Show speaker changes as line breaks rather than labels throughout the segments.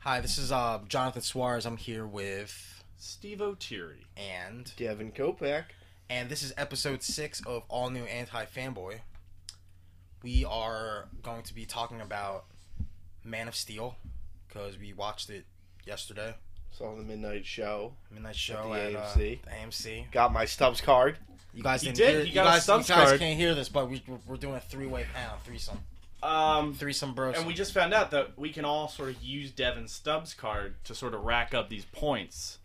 Hi, this is uh, Jonathan Suarez. I'm here with
Steve O'Teary.
and
Devin Kopak.
and this is episode six of All New Anti Fanboy. We are going to be talking about Man of Steel because we watched it yesterday.
Saw the midnight show.
Midnight show
At
at,
the
uh,
AMC.
the AMC.
Got my Stubbs card.
You guys
He
didn't
did.
hear.
He
you
got a
guys, you
subs
guys
card.
can't hear this, but we, we're doing a three-way pound threesome,
Um,
threesome bros.
and we just found out that we can all sort of use Devin Stubbs' card to sort of rack up these points.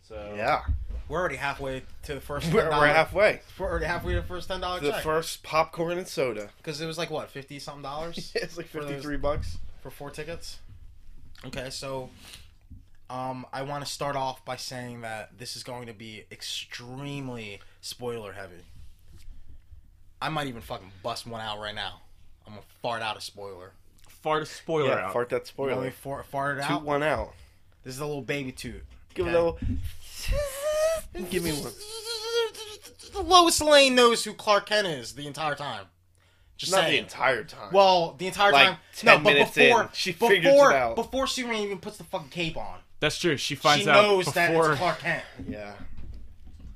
So
Yeah,
we're already halfway to the first.
we're,
$10
we're halfway.
We're already halfway to the first ten dollar
The
check
first popcorn and soda.
because it was like what fifty something dollars.
it's like
For those-
fifty-three bucks.
for four tickets. Okay, so um, I want to start off by saying that this is going to be extremely spoiler heavy. I might even fucking bust one out right now. I'm gonna fart out a spoiler.
fart a spoiler
Yeah,
out.
fart that
You want me
spoiler.
to fart, fart it
Toot
out.
one out.
This is a little baby toot.
Give
Okay.
a little. Give me one.
Lois Lane knows who Clark Kent is the entire time. Just
Not
saying.
the entire time.
well, the entire
Like,
time.
10
no, but
minutes
before
in, she
before
figures it out.
before Superman even puts the fucking cape on.
That's true. She finds
she
out
knows that
before.
it's Clark Kent.
yeah.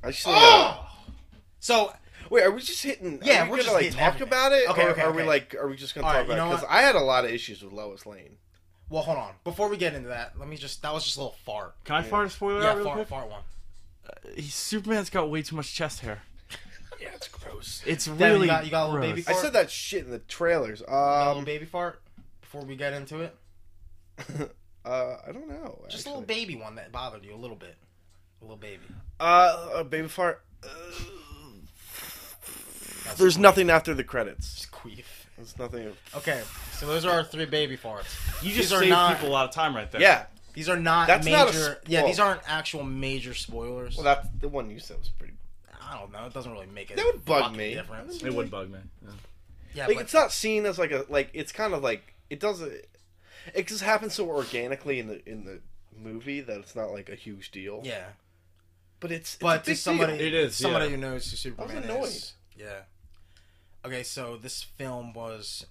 I
Oh!
just.
So
Wait, are we just hitting?
Yeah,
are we
we're
gonna
just
like
hitting
talk
everything.
about it,
Okay,
or
okay,
are we
okay.
like, are we just gonna
All
talk
right, you
about
know
it? Because
what?
I had a lot of issues with Lois Lane.
Well, hold on. Before we get into that, let me just. That was just a little fart.
Can I fart a spoiler
Yeah,
out real
fart,
quick?
fart one.
He- Superman's got way too much chest hair.
Yeah, it's gross.
It's really
you got- you got a little baby
gross.
I said that shit in the trailers.
A little
Um,
baby fart. Before we get into it,
uh, I don't know.
just a
actually.
little baby one that bothered you a little bit. A little baby.
Uh, a baby fart. Uh, there's nothing after the credits.
Just queef.
There's nothing.
Okay, so those are our three baby farts.
You just
These are
saved
not-
people a lot of time right there.
Yeah.
These are not
That's
major.
not a
yeah,
spoil.
these aren't actual major spoilers.
Well, that's the one you said was pretty.
I don't know. It doesn't really make it.
That would bug
fucking
me.
Difference.
It would bug me. Yeah.
Yeah,
Like
but
it's not seen as like a like. It's kind of like it doesn't. It just happens so organically in the in the movie that it's not like a huge deal.
yeah,
But it's, it's a
but
big
to somebody,
deal.
It is,
somebody
yeah.
who knows who Superman
annoyed.
is. Yeah. Okay, so this film was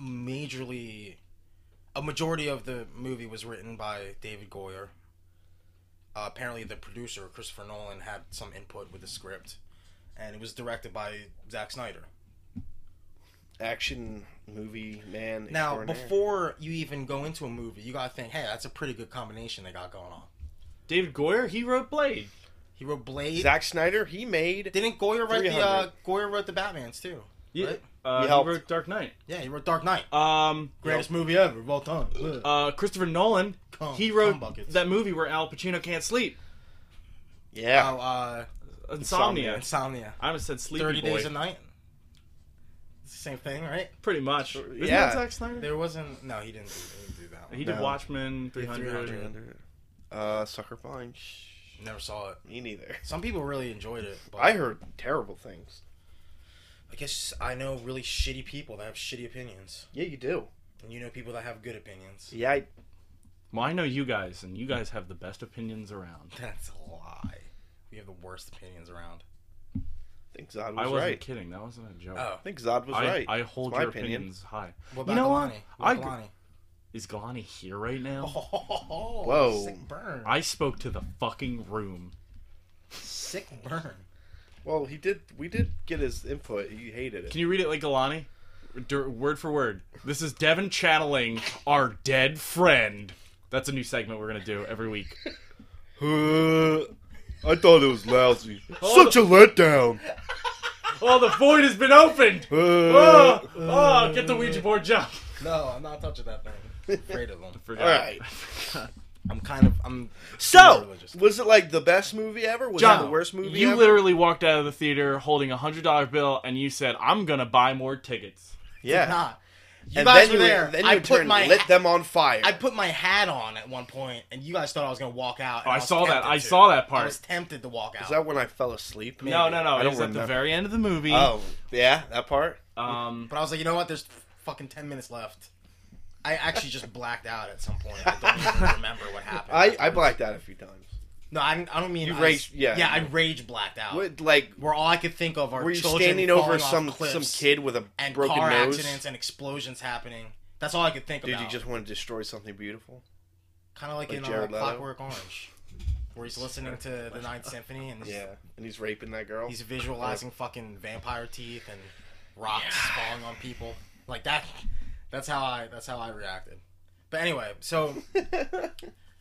majorly a majority of the movie was written by David Goyer. Uh, apparently, the producer Christopher Nolan had some input with the script, and it was directed by Zack Snyder.
action movie man.
Now,
extraordinaire.
before you even go into a movie, you gotta think, hey, that's a pretty good combination they got going on.
David Goyer, he wrote Blade.
He wrote Blade.
Zack Snyder, he made
Didn't Goyer write the uh,
300.
Goyer wrote the Batman's too?
Yeah.
Right?
Uh,
He
he,
helped.
wrote Dark Knight.
Yeah, he wrote Dark Knight.
Um,
Greatest movie ever of all time. Ugh.
uh, Christopher Nolan,
Cum-
he
cum
wrote
buckets.
that movie where Al Pacino can't sleep.
yeah.
Oh, uh,
Insomnia.
Insomnia.
Insomnia.
I almost said Sleepy
30
Boy.
Days a Night. It's the same thing, right?
Pretty much.
Sure,
Isn't
yeah.
that Zack Snyder?
There wasn't. No, he didn't do, he didn't do that one.
He did
No.
Watchmen 300.
300.
Uh, Sucker Punch.
Never saw it.
Me neither.
Some people really enjoyed it. But
I heard terrible things.
I guess I know really shitty people that have shitty opinions.
Yeah, you do.
And you know people that have good opinions.
Yeah, I,
Well, I know you guys, and you guys have the best opinions around.
That's a lie. We have the worst opinions around.
think Zod
I
was
wasn't
right.
kidding. That wasn't a joke.
Oh.
I think Zod was
I,
right.
I hold
It's my
your
opinion.
opinions high.
What about
You know what?
Galani? What?
I-
about Galani?
Is Galani here right now?
Oh,
Whoa.
Sick burn.
I spoke to the fucking room.
Sick burn.
Well, he did. We did get his input. He hated it.
Can you read it like Galani? Dur- word for word. This is Devin channeling our dead friend. That's a new segment we're gonna do every week.
I thought it was lousy.
Such
a letdown.
Oh, the void has been opened.
Uh,
Oh, oh, get the Ouija board jump.
No, I'm not touching that thing. Afraid of them.
Forgot.
All right.
I'm kind of. I'm.
So,
religious.
was it like the best movie ever? Was
John,
it the worst movie
you
ever?
literally walked out of the theater holding a hundred dollar bill, and you said, "I'm gonna buy more tickets."
yeah.
Not. You
and
guys
then
were
you,
there.
Then you
I
in
put
turn
my
lit them on fire.
I put my hat on at one point, and you guys thought I was gonna walk out. and
Oh, I
was
saw that.
tempted
I
to.
saw that
I
part.
was tempted to walk out.
Is that when I fell asleep?
No, no, no.
I
It
don't
was at the
remember.
very end of the movie.
Oh, yeah, that part.
Um,
but I was like, you know what? There's fucking ten minutes left. I actually just blacked out at some point. I don't even remember what happened.
I, I blacked out a few times.
no, I, didn't- I don't mean
You
I
rage-
s-
yeah.
yeah. I rage blacked out.
What, like,
where all I could think of are
were you
Oh. children
standing over
falling off
some
cliffs
some kid with a
and
broken
car
nose?
accidents and explosions happening. That's all I could think
Did
about.
you just want to destroy something beautiful?
Kind of like,
Like
in uh,
Jared Leto?
Clockwork Orange, where he's listening to the Ninth Symphony and
Yeah, and he's raping that girl.
he's visualizing fucking vampire teeth and rocks falling on people. Like that. That's how I. That's how I reacted. But anyway, so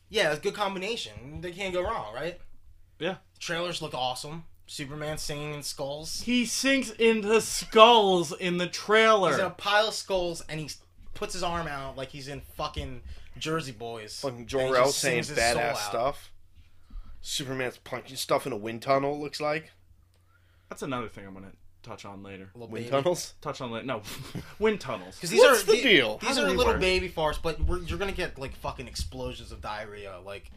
yeah, it's a good combination. They can't go wrong, right?
Yeah.
Trailers look awesome. Superman singing in skulls.
He sinks into skulls in the trailer.
He's in a pile of skulls and he puts his arm out like he's in fucking Jersey Boys.
fucking
And he just
Jor-El saying
sings his soul
badass
out.
stuff. Superman's punching stuff in a wind tunnel. it Looks like
That's another thing I'm gonna touch on later.
Little
wind
baby.
tunnels.
Touch on later. No, wind tunnels.
Because these
What's
are
the
the-
deal?
These
How do
are
they
little
work?
baby farts, but we're, you're gonna get like fucking explosions of diarrhea, like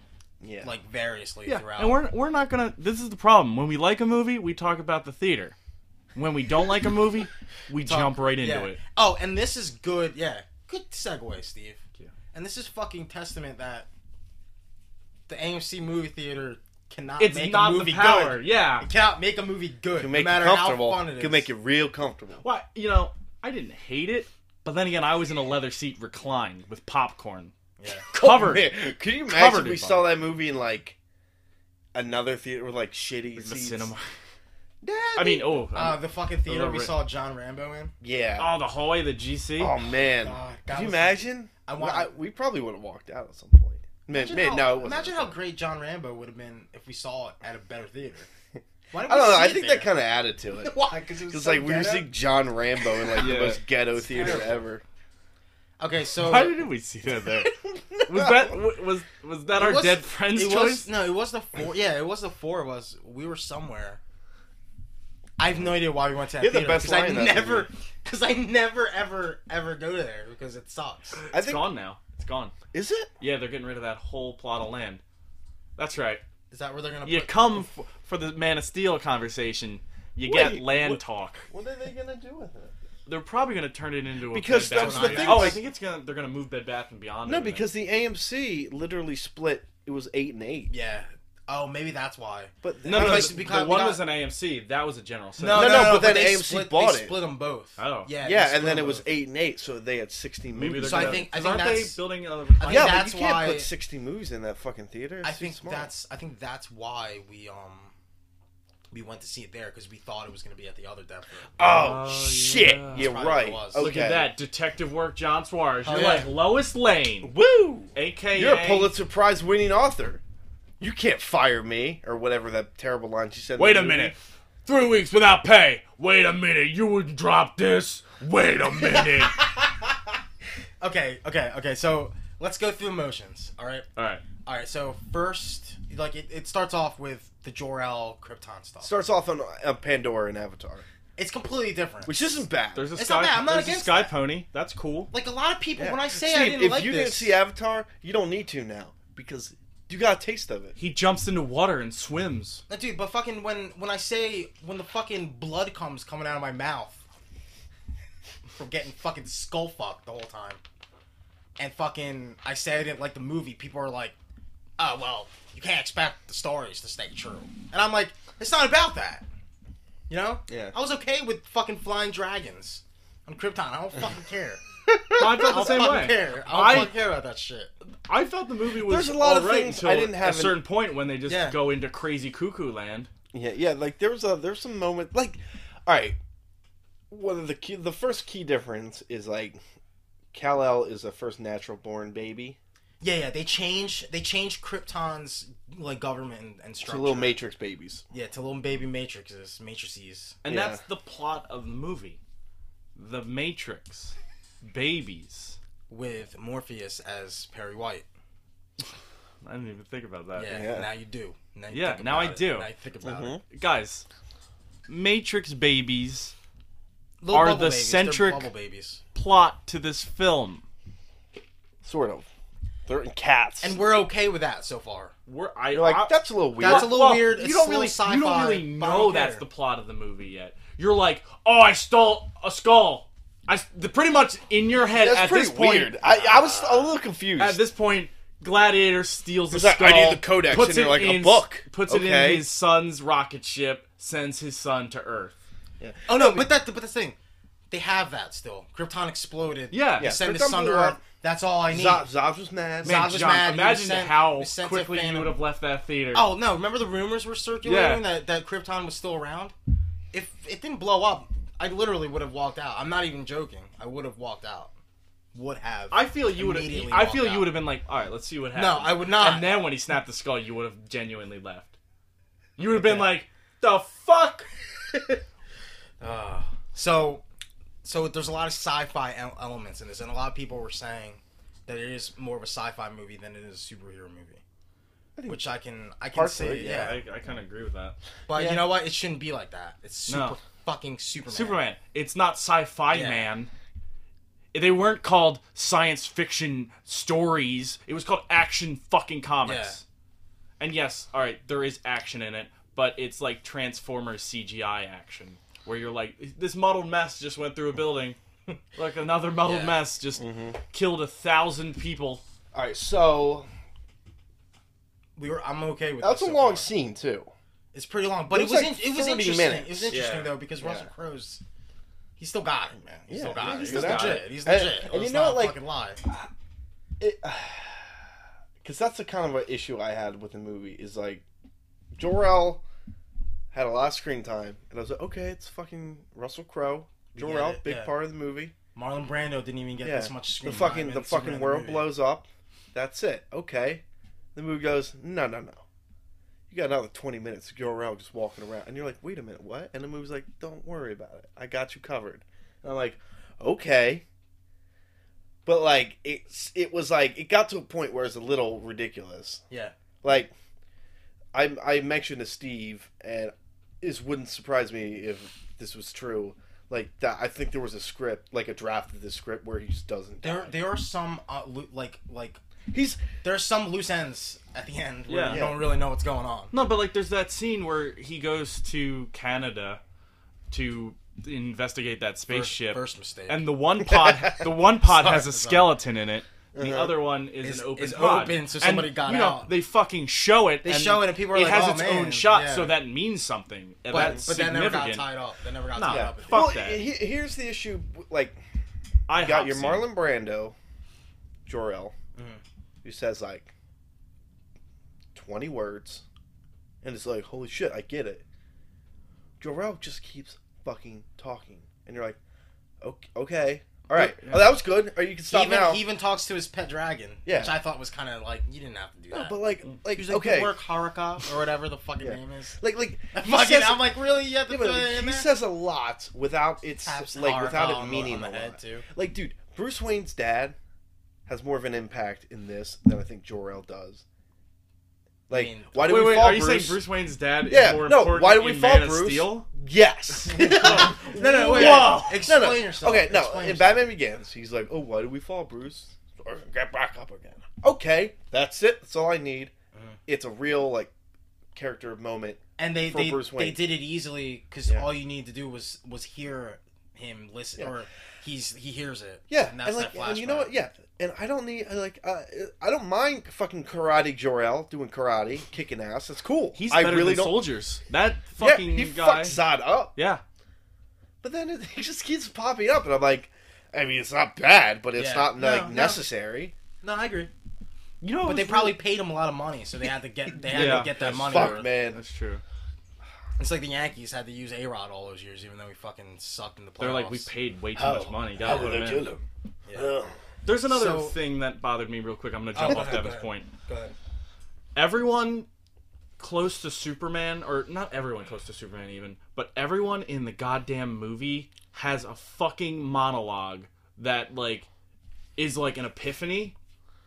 Yeah,
like variously
Yeah,
throughout.
and we're we're not gonna. This is the problem. When we like a movie, we talk about the theater. When we don't like a movie, we jump right into
yeah.
it.
Oh, and this is good. Yeah, good segue, Steve.
Yeah.
And this is fucking testament that the AMC movie theater cannot
It's
make
not
a movie
the power.
good.
Yeah.
It cannot make a movie good,
can make
no
you
matter
comfortable.
how fun it is.
Can make you real comfortable.
Well, you know, I didn't hate it, but then again, I was in a leather seat, reclined with popcorn
Yeah.
covered.
Man, can you
Covered
imagine if
in
we saw that movie in like another theater with like shitty
The
seats?
cinema. I mean, oh,
Uh, the fucking theater
little
we
ri-
saw John Rambo in.
Yeah.
oh, the hallway, the GC.
Oh, man.
God, that
Could you
was-
imagine?
I
I,
want-
we probably would have walked out at some point. Man,
Imagine
man,
how,
no. It wasn't.
imagine how great John Rambo would have been if we saw it at a better theater. Why did
I
we
don't know.
see
I
it
think
there?
that kind of added to it.
Why? Because it was
It's
so
like we were
ghetto?
seeing John Rambo in like
Yeah.
the most ghetto theater
terrible.
ever.
Okay, so
Why didn't we see that there? Was that w- was was that our
It was-
dead friend's
it
choice?
was- no, it was the four. Yeah, it was the four of us. We were somewhere. I have no idea why we went to that
You had the
theater.
best
'cause
line in
I
that
never, because I never ever ever go to there because it sucks.
I
It's
think
gone now. It's gone.
is it?
Yeah, they're getting rid of that whole plot of land. That's right.
Is that where they're gonna?
You
put...
come f- for the Man of Steel conversation. You get
Wait,
land
what-
talk.
What are they gonna do with it?
They're probably going to turn it into a
Because
Bed,
that's
Bath
the
and
thing.
Beyond. Oh, I think it's going. to They're going to move Bed Bath and Beyond.
No,
over there.
because the AMC literally split. It was eight and eight.
Yeah. Oh, maybe that's why.
But
no, no,
but-
no,
Because-
the,
because
the
we
one
got-
was an AMC. That was a general. Cinema.
No, no, no.
no,
but
but
they
AMC
split,
bought
they
it.
Split them both.
Oh.
Yeah. they
yeah,
split
and then
them
it was
both.
eight and eight, so they had sixteen
Maybe they're
movies.
So I
gonna,
think- I
'cause
think
aren't
that's-
they building another?
I think
yeah,
that's
but you can't
why-
put sixteen movies in that fucking theater. It's
I
too
think
small.
that's. I think that's why we um. We went to see it there because we thought it was going to be at the other depth.
Oh,
Oh,
shit!
yeah.
You're
That's probably
right.
what it was.
Okay.
Look at that detective work, John Suarez.
Oh,
You're
yeah.
like Lois Lane,
Woo!
aka
You're a Pulitzer Prize winning author. You can't fire me or whatever that terrible line she said. in
Wait
the
a
movie.
minute. Three weeks without pay. Wait a minute. You wouldn't drop this. Wait a minute.
Okay, okay, okay. So let's go through emotions. All right.
All right.
All right, so first, like it, it starts off with the Jor El Krypton stuff.
Starts off on uh, Pandora and Avatar,
it's completely different.
which isn't bad.
There's a
It's
sky.
not bad. I'm not
there's a
against
sky
that.
pony. That's cool.
like a lot of people,
Yeah.
when I say
Steve,
I didn't
if
like
you
this,
didn't see Avatar, you don't need to now because you got a taste of it.
He jumps into water and swims.
No, dude, but fucking when when I say when the fucking blood comes coming out of my mouth from getting fucking skull fucked the whole time, and fucking I say I didn't like the movie, people are like, oh well, you can't expect the stories to stay true, and I'm like, it's not about that, you know?
Yeah.
I was okay with fucking flying dragons on Krypton. I don't fucking care.
I felt
I
the
don't
same
fucking
way.
care. I don't
I-
fucking care about that shit.
I felt the movie was
There's a lot of
alright
things
until
I didn't have
a
an-
certain point when they just
Yeah.
go into crazy cuckoo land.
Yeah, yeah. Like there was a there's some moment like, all right. One of the key, the first key difference is like, Kal El is a first natural born baby.
Yeah, yeah. They change. They change Krypton's like government and, and
To
structure.
little Matrix babies.
Yeah, to little baby matrices, matrices.
And
Yeah.
that's the plot of the movie. The Matrix. Babies.
with Morpheus as Perry White.
I didn't even think about that.
Yeah,
Yeah.
now you do. Now you
Yeah,
think
now
about
I
it.
do.
Now you think about it.
Mm-hmm. Guys, Matrix babies
Little
Are
bubble
the
babies, they're
centric-
bubble babies,
plot to this film.
Sort of. They're in cats.
and we're okay with that so far.
We're I
You're
I-
like that's a little weird.
That's a little
Well,
weird. It's
You don't
still
really,
sci-fi.
you don't really
but I don't
know that's
care.
the plot of the movie yet. You're like, oh, I stole a skull. I s- the, pretty much in your head
That's
at
pretty
this point.
weird. I, I was a little confused.
At this point, Gladiator steals a
It's like,
skull.
I need the codex,
puts
and they're
it
like, a
in-
book.
Puts it
Okay.
in his son's rocket ship. Sends his son to Earth.
Oh no, but that but that's the thing. They have that still. Krypton exploded.
Yeah.
They
Yeah,
send his
Krypton
son to
blew
Earth.
up.
That's all I need.
Zobs Zobs was
Man,
mad.
Man,
Zobs was
John,
mad, he was
imagine
sent- he
how
was sent to
quickly you
Phantom.
would have left that theater.
Oh no! Remember the rumors were circulating that, that Krypton was still around. If it didn't blow up, I literally would have walked out. I'm not even joking. I would have walked out. Would have.
I feel you would have.
Immediately
I
walked
feel you
out.
would have been like, all right, let's see what happens.
I would not.
And then when he snapped the skull, you would have genuinely left. You would have been like, the fuck.
Uh, so, so there's a lot of sci-fi el- elements in this, and a lot of people were saying that it is more of a sci-fi movie than it is a superhero movie.
think
Which I can I can
partially,
say, yeah.
I, I kind of agree with that.
But
Yeah.
you know what? It shouldn't be like that. It's super
No.
fucking Superman.
Superman. It's not sci-fi,
Yeah.
man. They weren't called science fiction stories. It was called action fucking comics. And yes, all right, there is action in it, but it's like Transformers CGI action, where you're like, this muddled mess just went through a building. like another muddled
Yeah.
mess just killed a thousand people.
All right, so
We were. I'm okay with.
that's
this
a
so
long
far.
scene too.
It's pretty long, but it
It was
was,
like
in, it was
30
interesting.
minutes.
It was interesting
Yeah.
though because Russell
Yeah.
Crowe's he still got it, man. He
Yeah,
still got
yeah,
it.
he
He's
still
legit.
got it.
He's
And-
legit.
and
Let's
you know
not
what, like-
fucking lie.
Because that's the kind of an issue I had with the movie is like, Jor El had a lot of screen time, and I was like, okay, it's fucking Russell Crowe.
get
Jor El,
it,
big
yeah.
part of the movie.
Marlon Brando didn't even get
Yeah,
this much screen
the
time
fucking
in
the
Superman
fucking world
movie.
blows up. That's it. Okay. The movie goes, no, no, no. You got another twenty minutes to go around just walking around, and you're like, wait a minute, what? And the movie's like, don't worry about it. I got you covered. And I'm like, okay. But like it's it was like it got to a point where it's a little ridiculous.
Yeah.
Like I I mentioned to Steve, and this wouldn't surprise me if this was true. Like that, I think there was a script, like a draft of the script, where he just doesn't.
There,
die.
there are some uh, loo- like like
He's
there are some loose ends at the end where
Yeah.
you don't really know what's going on.
No, but like there's that scene where he goes to Canada to investigate that
First,
spaceship.
first mistake.
and the one pod the one pod has a
Sorry.
skeleton in it and the
Uh-huh.
other one is
Is-
an open
is
pod
open, so
And,
somebody got
you know,
out.
they fucking show it
They
and
show it and people are
it
like,
has
"Oh,
its
man."
own shot
Yeah.
so that means something
but,
and that's
but that never
significant
got tied up. That never got
Nah.
tied up.
Fuck
uh, well,
that.
he- here's the issue. Like,
I
you got your Marlon Brando, Jor El,
Mhm.
who says like twenty words, and it's like, holy shit, I get it. Jor El just keeps fucking talking, and you're like, okay, okay all right,
Yeah.
oh, that was good. Or you can
He
stop
even,
now.
he even talks to his pet dragon,
Yeah.
which I thought was kind of like you didn't have to do
no,
that.
but like, like,
He was Mm. like,
okay,
"Good work, Haruka," or whatever the fucking
Yeah.
name is.
like, like, he
Fucking,
says-
I'm like, really? You have to
yeah,
put
but
it in
he
there?
says a lot without it's
Taps
like
Haruka
without it
on the-
meaning
on the
a
head
lot.
too.
Like, dude, Bruce Wayne's dad has more of an impact in this than I think Jor El does. Like,
I mean,
why
wait,
do
wait,
we fall
are you
Bruce?
saying Bruce Wayne's dad is
Yeah,
more
no,
important
why do we
in
fall
Man of
Bruce?
Steel?
Yes. no,
No, no, wait.
Whoa.
Explain
no.
yourself.
Okay, no.
Explain
in
yourself.
Batman Begins, he's like, "Oh, why do we fall, Bruce? Or get back up again." Okay, that's it. That's all I need.
Mhm.
It's a real like character moment.
and they
for
they,
Bruce
they
Wayne.
did it easily because
Yeah.
all you need to do was was hear him listen
Yeah.
or he's he hears it
Yeah,
and that's
like,
that flashback
and you know what? Yeah, and I don't need I like uh, I don't mind fucking karate Jor-El doing karate, kicking ass. That's cool.
He's
I
better
really
than
don't.
soldiers. That
Yeah,
fucking
he
guy.
fucks Zod up,
Yeah.
but then it, he just keeps popping up, and I'm like, I mean, it's not bad, but it's
Yeah.
not
No,
like
no.
necessary.
no I agree
You know,
but they probably paid him a lot of money so they had to get they had
Yeah.
to get that money
Fuck
worth.
man,
That's true.
it's like the Yankees had to use A Rod all those years even though he fucking sucked in the playoffs
They're like, we paid way too much money.
Oh, How
Gotta put
did
him
I
in.
kill him?
Yeah.
Ugh.
There's another
So-
thing that bothered me real quick. I'm gonna
Oh,
jump
go
off
ahead, go
Devin's
ahead.
point.
Go ahead.
everyone close to Superman, or not everyone close to Superman even, but everyone in the goddamn movie has a fucking monologue that like is like an epiphany,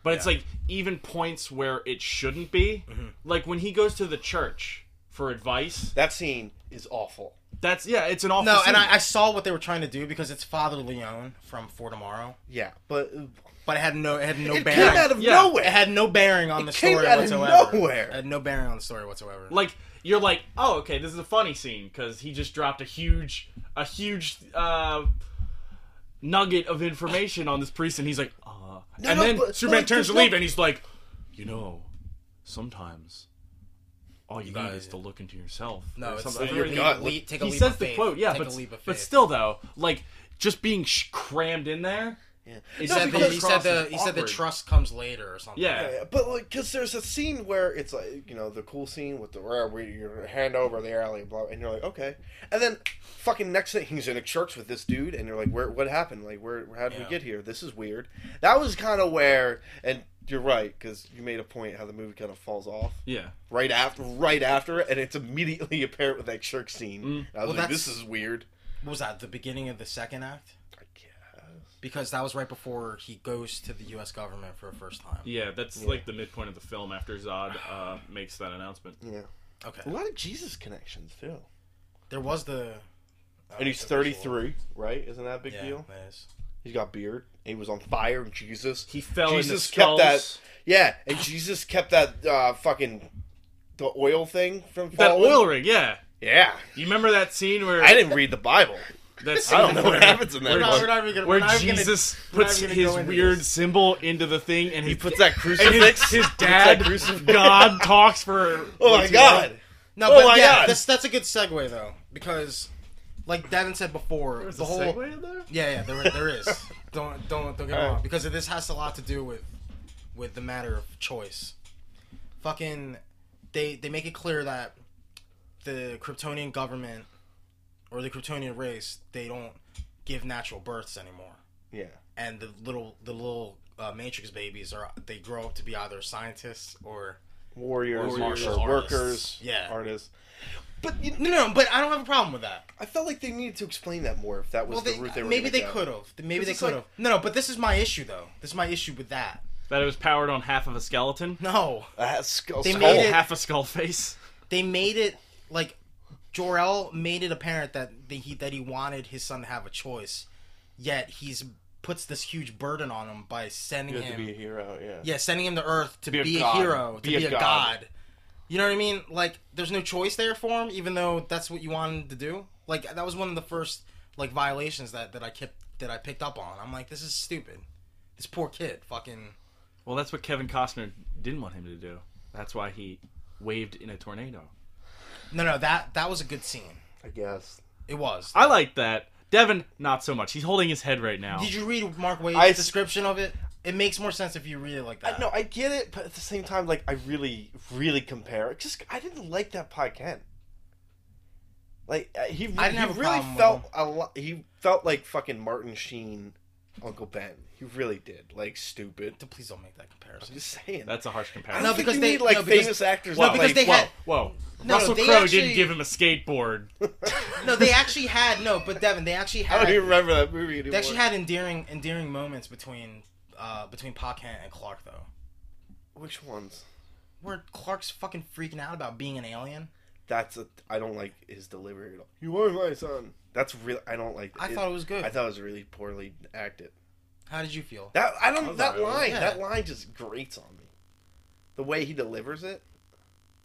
but it's like even points where it shouldn't be.
Mm-hmm.
Like when he goes to the church for advice,
That scene is awful.
that's yeah, it's an awful.
no
scene.
and I, I saw what they were trying to do because it's Father Leon from For Tomorrow
Yeah, but
but it had no it had no
it
bearing
came out of
Yeah.
it
nowhere.
had no bearing on the
came
story
out of
whatsoever
nowhere.
it had no bearing on the story whatsoever
like you're like oh okay this is a funny scene because he just dropped a huge a huge uh nugget of information on this priest and he's like uh and
no,
then
but-
superman
but
turns to
there's no-
leave and he's like you know sometimes all you, need
gotta-
is to look into yourself
no
or
it's
something.
your
He-
gut.
le- take a
he
leap
says
of
the
faith.
quote yeah
take
but,
a leap of
but
faith.
still though like just being sh- crammed in there
Yeah.
He
No,
said the,
because
he said the
Cross is
he said the
awkward.
trust comes later or something.
Yeah.
Yeah, yeah, but like, cause there's a scene where it's like, you know, the cool scene with the rare where you hand over the alley, blah, and you're like, okay, and then fucking next thing he's in a church with this dude, and you're like, where, what happened? Like, where, how did
Yeah.
we get here? This is weird. That was kind of where, and you're right, cause you made a point how the movie kind of falls off
Yeah.
right after, right after it, and it's immediately apparent with that church scene.
Mm.
I was
Well,
like,
that's-
this is weird.
What was that? The beginning of the second act?
I guess.
Because that was right before he goes to the U.S. government for the first time.
Yeah, that's
Yeah.
like the midpoint of the film after Zod uh, makes that announcement.
Yeah,
Okay.
a lot of Jesus connections too.
There was the. uh,
And he's
the
33, right? Isn't that a big
visual. Yeah,
deal?
that is.
He's got beard. And he was on fire. And Jesus,
He fell
Jesus
into skulls.
kept that- yeah, and Jesus kept that uh, fucking the oil thing from
That
falling.
oil rig, yeah.
Yeah,
You remember that scene where
I didn't read the Bible.
that
I
scene
don't know
where-
what happens in that.
We're not-
book.
we're
even gonna,
where Jesus
we're not
puts
even gonna
his
go into
weird
this.
symbol into the thing, and
He
his,
puts that
and his,
crucifix.
his
He
dad,
puts that crucifix.
God, talks for.
Oh my
what's he called?
God!
No,
Oh
but
my
yeah,
God.
that's that's a good segue though, because like Devin said before,
There's
the
a
whole
segue in there?
yeah, yeah, there there is. don't don't don't get me
All right.
wrong, because this has a lot to do with with the matter of choice. Fucking, they they make it clear that the Kryptonian government or the Kryptonian race they don't give natural births anymore,
Yeah,
and the little the little uh, Matrix babies are they grow up to be either scientists or
warriors,
Warriors,
martial
artists.
workers,
Yeah.
artists. But you,
no no, but I don't have a problem with that.
I felt like they needed to explain that more. If that was
Well, they,
the route they were
maybe
gonna
they
go.
could have. Maybe they
it's
could have.
like-
No, no, but this is my issue though. This is my issue with that.
That it was powered on half of a skeleton,
No,
Ah, skull,
They
skull.
made it-
half a skull face.
they made it like Jor El made it apparent that the, he that he wanted his son to have a choice, yet he's puts this huge burden on him by sending
You have to be a
him,
hero. Yeah.
yeah, sending him to Earth to
Be
be,
a
a,
god.
hero, to
Be
be,
a
a
god.
god. You know what I mean? Like, there's no choice there for him, even though that's what you want him to do. Like, that was one of the first like violations that that I kept that I picked up on. I'm like, this is stupid. This poor kid, fucking.
Well, that's what Kevin Costner didn't want him to do. That's why he waved in a tornado.
No, no, that that was a good scene.
I guess.
It was.
I like that. Devin, not so much. He's holding his head right now.
Did you read Mark Wade's
I-
description of it? It makes more sense if you read it like that.
I, no, I get it, but at the same time, like I really, really compare. Just I didn't like that Pi Ken. Like uh, he,
I didn't
he
have a
really
problem with
felt a lot. He felt like fucking Martin Sheen, Uncle Ben. He really did. Like stupid.
D- Please don't make that
I'm
comparison.
just saying.
That's a harsh
I don't
comparison.
No,
think
because
you
they-
need, like
no, because-
famous actors.
no,
that,
because
like,
they had-
Whoa.
No,
Russell
they
Crowe
actually-
didn't give him a skateboard.
No, they actually had no, but Devin, they actually
I
had
don't even remember that movie anymore.
they actually had endearing endearing moments between uh between Paquette and Clark though.
Which ones?
Where Clark's fucking freaking out about being an alien.
That's a. I don't like his delivery at all. You are my son. That's real. I don't like.
I thought it was good.
I thought it was really poorly acted.
How did you feel?
That I don't
was
that
alright with
line
it.
that line just grates on me. The way he delivers it,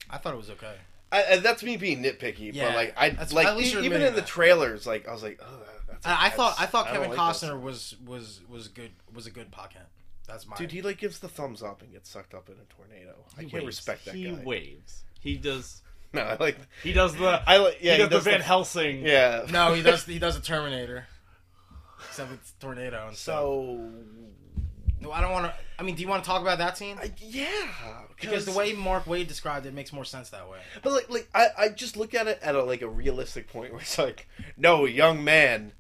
I thought it was okay.
I, and that's me being nitpicky.
Yeah,
but like I
that's-
like
at least
e-
you're
even
admitting
in the
that.
trailers, like I was like, oh, that's,
I, I thought I
that's-
thought
don't
Kevin
like
Costner
this."
was was was good was a good Paquette. That's my
Dude, he like gives the thumbs up and gets sucked up in a tornado. I can't respect that
he
guy.
He waves. He does.
No, I like.
He does the.
I like.
yeah,
Yeah,
he does, the Van Helsing.
Yeah.
No, he does he does a Terminator. Except it's tornado and stuff.
So.
No, I don't want to. I mean, do you want to talk about that scene?
I, yeah.
Because the way Mark Wade described it makes more sense that way.
But like, like I, I just look at it at a like a realistic point where it's like, no, young man,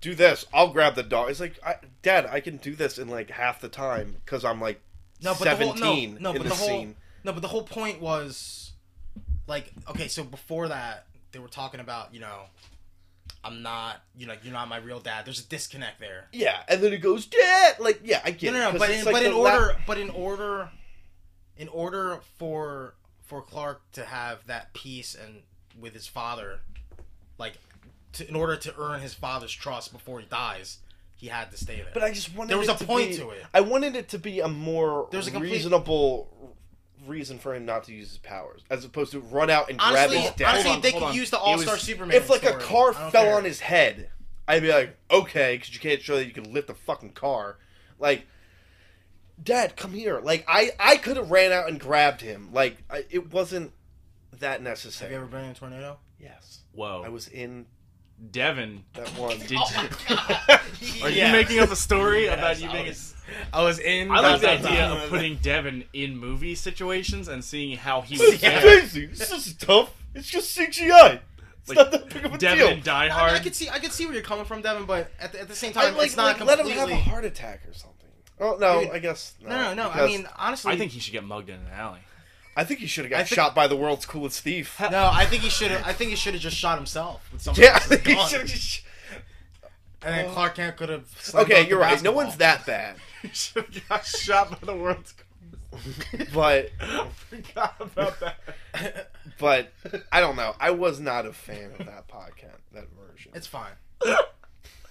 do this. I'll grab the dog. It's like, I, Dad, I can do this in like half the time because I'm like
No, but the whole
seventeen
no, no,
in
but the
this
whole
scene.
no, but the whole point was like okay, so before that they were talking about you know I'm not you know you're not my real dad. There's a disconnect there.
Yeah, and then it goes, Dad. Like, yeah, I
No,
get.
no,
it,
no.
'cause
But
it's
in,
like
but in
the la-
order, but in order, in order for for Clark to have that peace and with his father, like to, in order to earn his father's trust before he dies, he had to stay there.
but I just wanted.
There was
it
a
to
point
be-
to it.
I wanted it to be a more
There's a complete-
reasonable reason for him not to use his powers, as opposed to run out and grab
honestly,
his dad.
honestly,
Hold on,
they
hold
could
on.
use the
It
All Star
was-
Superman.
if like a
story.
car
I don't
fell
care.
on his head, I'd be like, okay, because you can't show that you can lift a fucking car. Like, Dad, come here. Like, I I could have ran out and grabbed him. Like, I, it wasn't that
Have
necessary.
you ever been in a tornado?
Yes,
Whoa.
I was in
Devin,
That one.
did
Oh,
you, are
Yes.
you making up a story
Yes,
about you
I
being? a-
was, I was in.
I like the
dot, dot,
idea
dot.
of putting Devin in movie situations and seeing how he
This
was
is
Yeah.
there.
crazy. This is tough. It's just CGI. It's
Like,
not that big of a
Devin
deal.
in Die
I, mean, I
Hard.
could see, I could see where you're coming from, Devin, but at the, at the same
I,
time,
like,
it's not
like, let him
completely.
have a heart attack or something. Oh no,
Dude.
I guess no.
no, no, no. I
because
mean, honestly,
I think he should get mugged in an alley.
I think he should have
I
got
think-
shot by the world's coolest thief.
no. I think he should. have I think he should have just shot himself with something.
yeah, I think he should have. Just...
And then Clark Kent could have.
Okay, you're right. No one's that bad,
he should have got shot by the world's.
but
Forgot about that.
but I don't know. I was not a fan of that podcast, that version.
It's fine.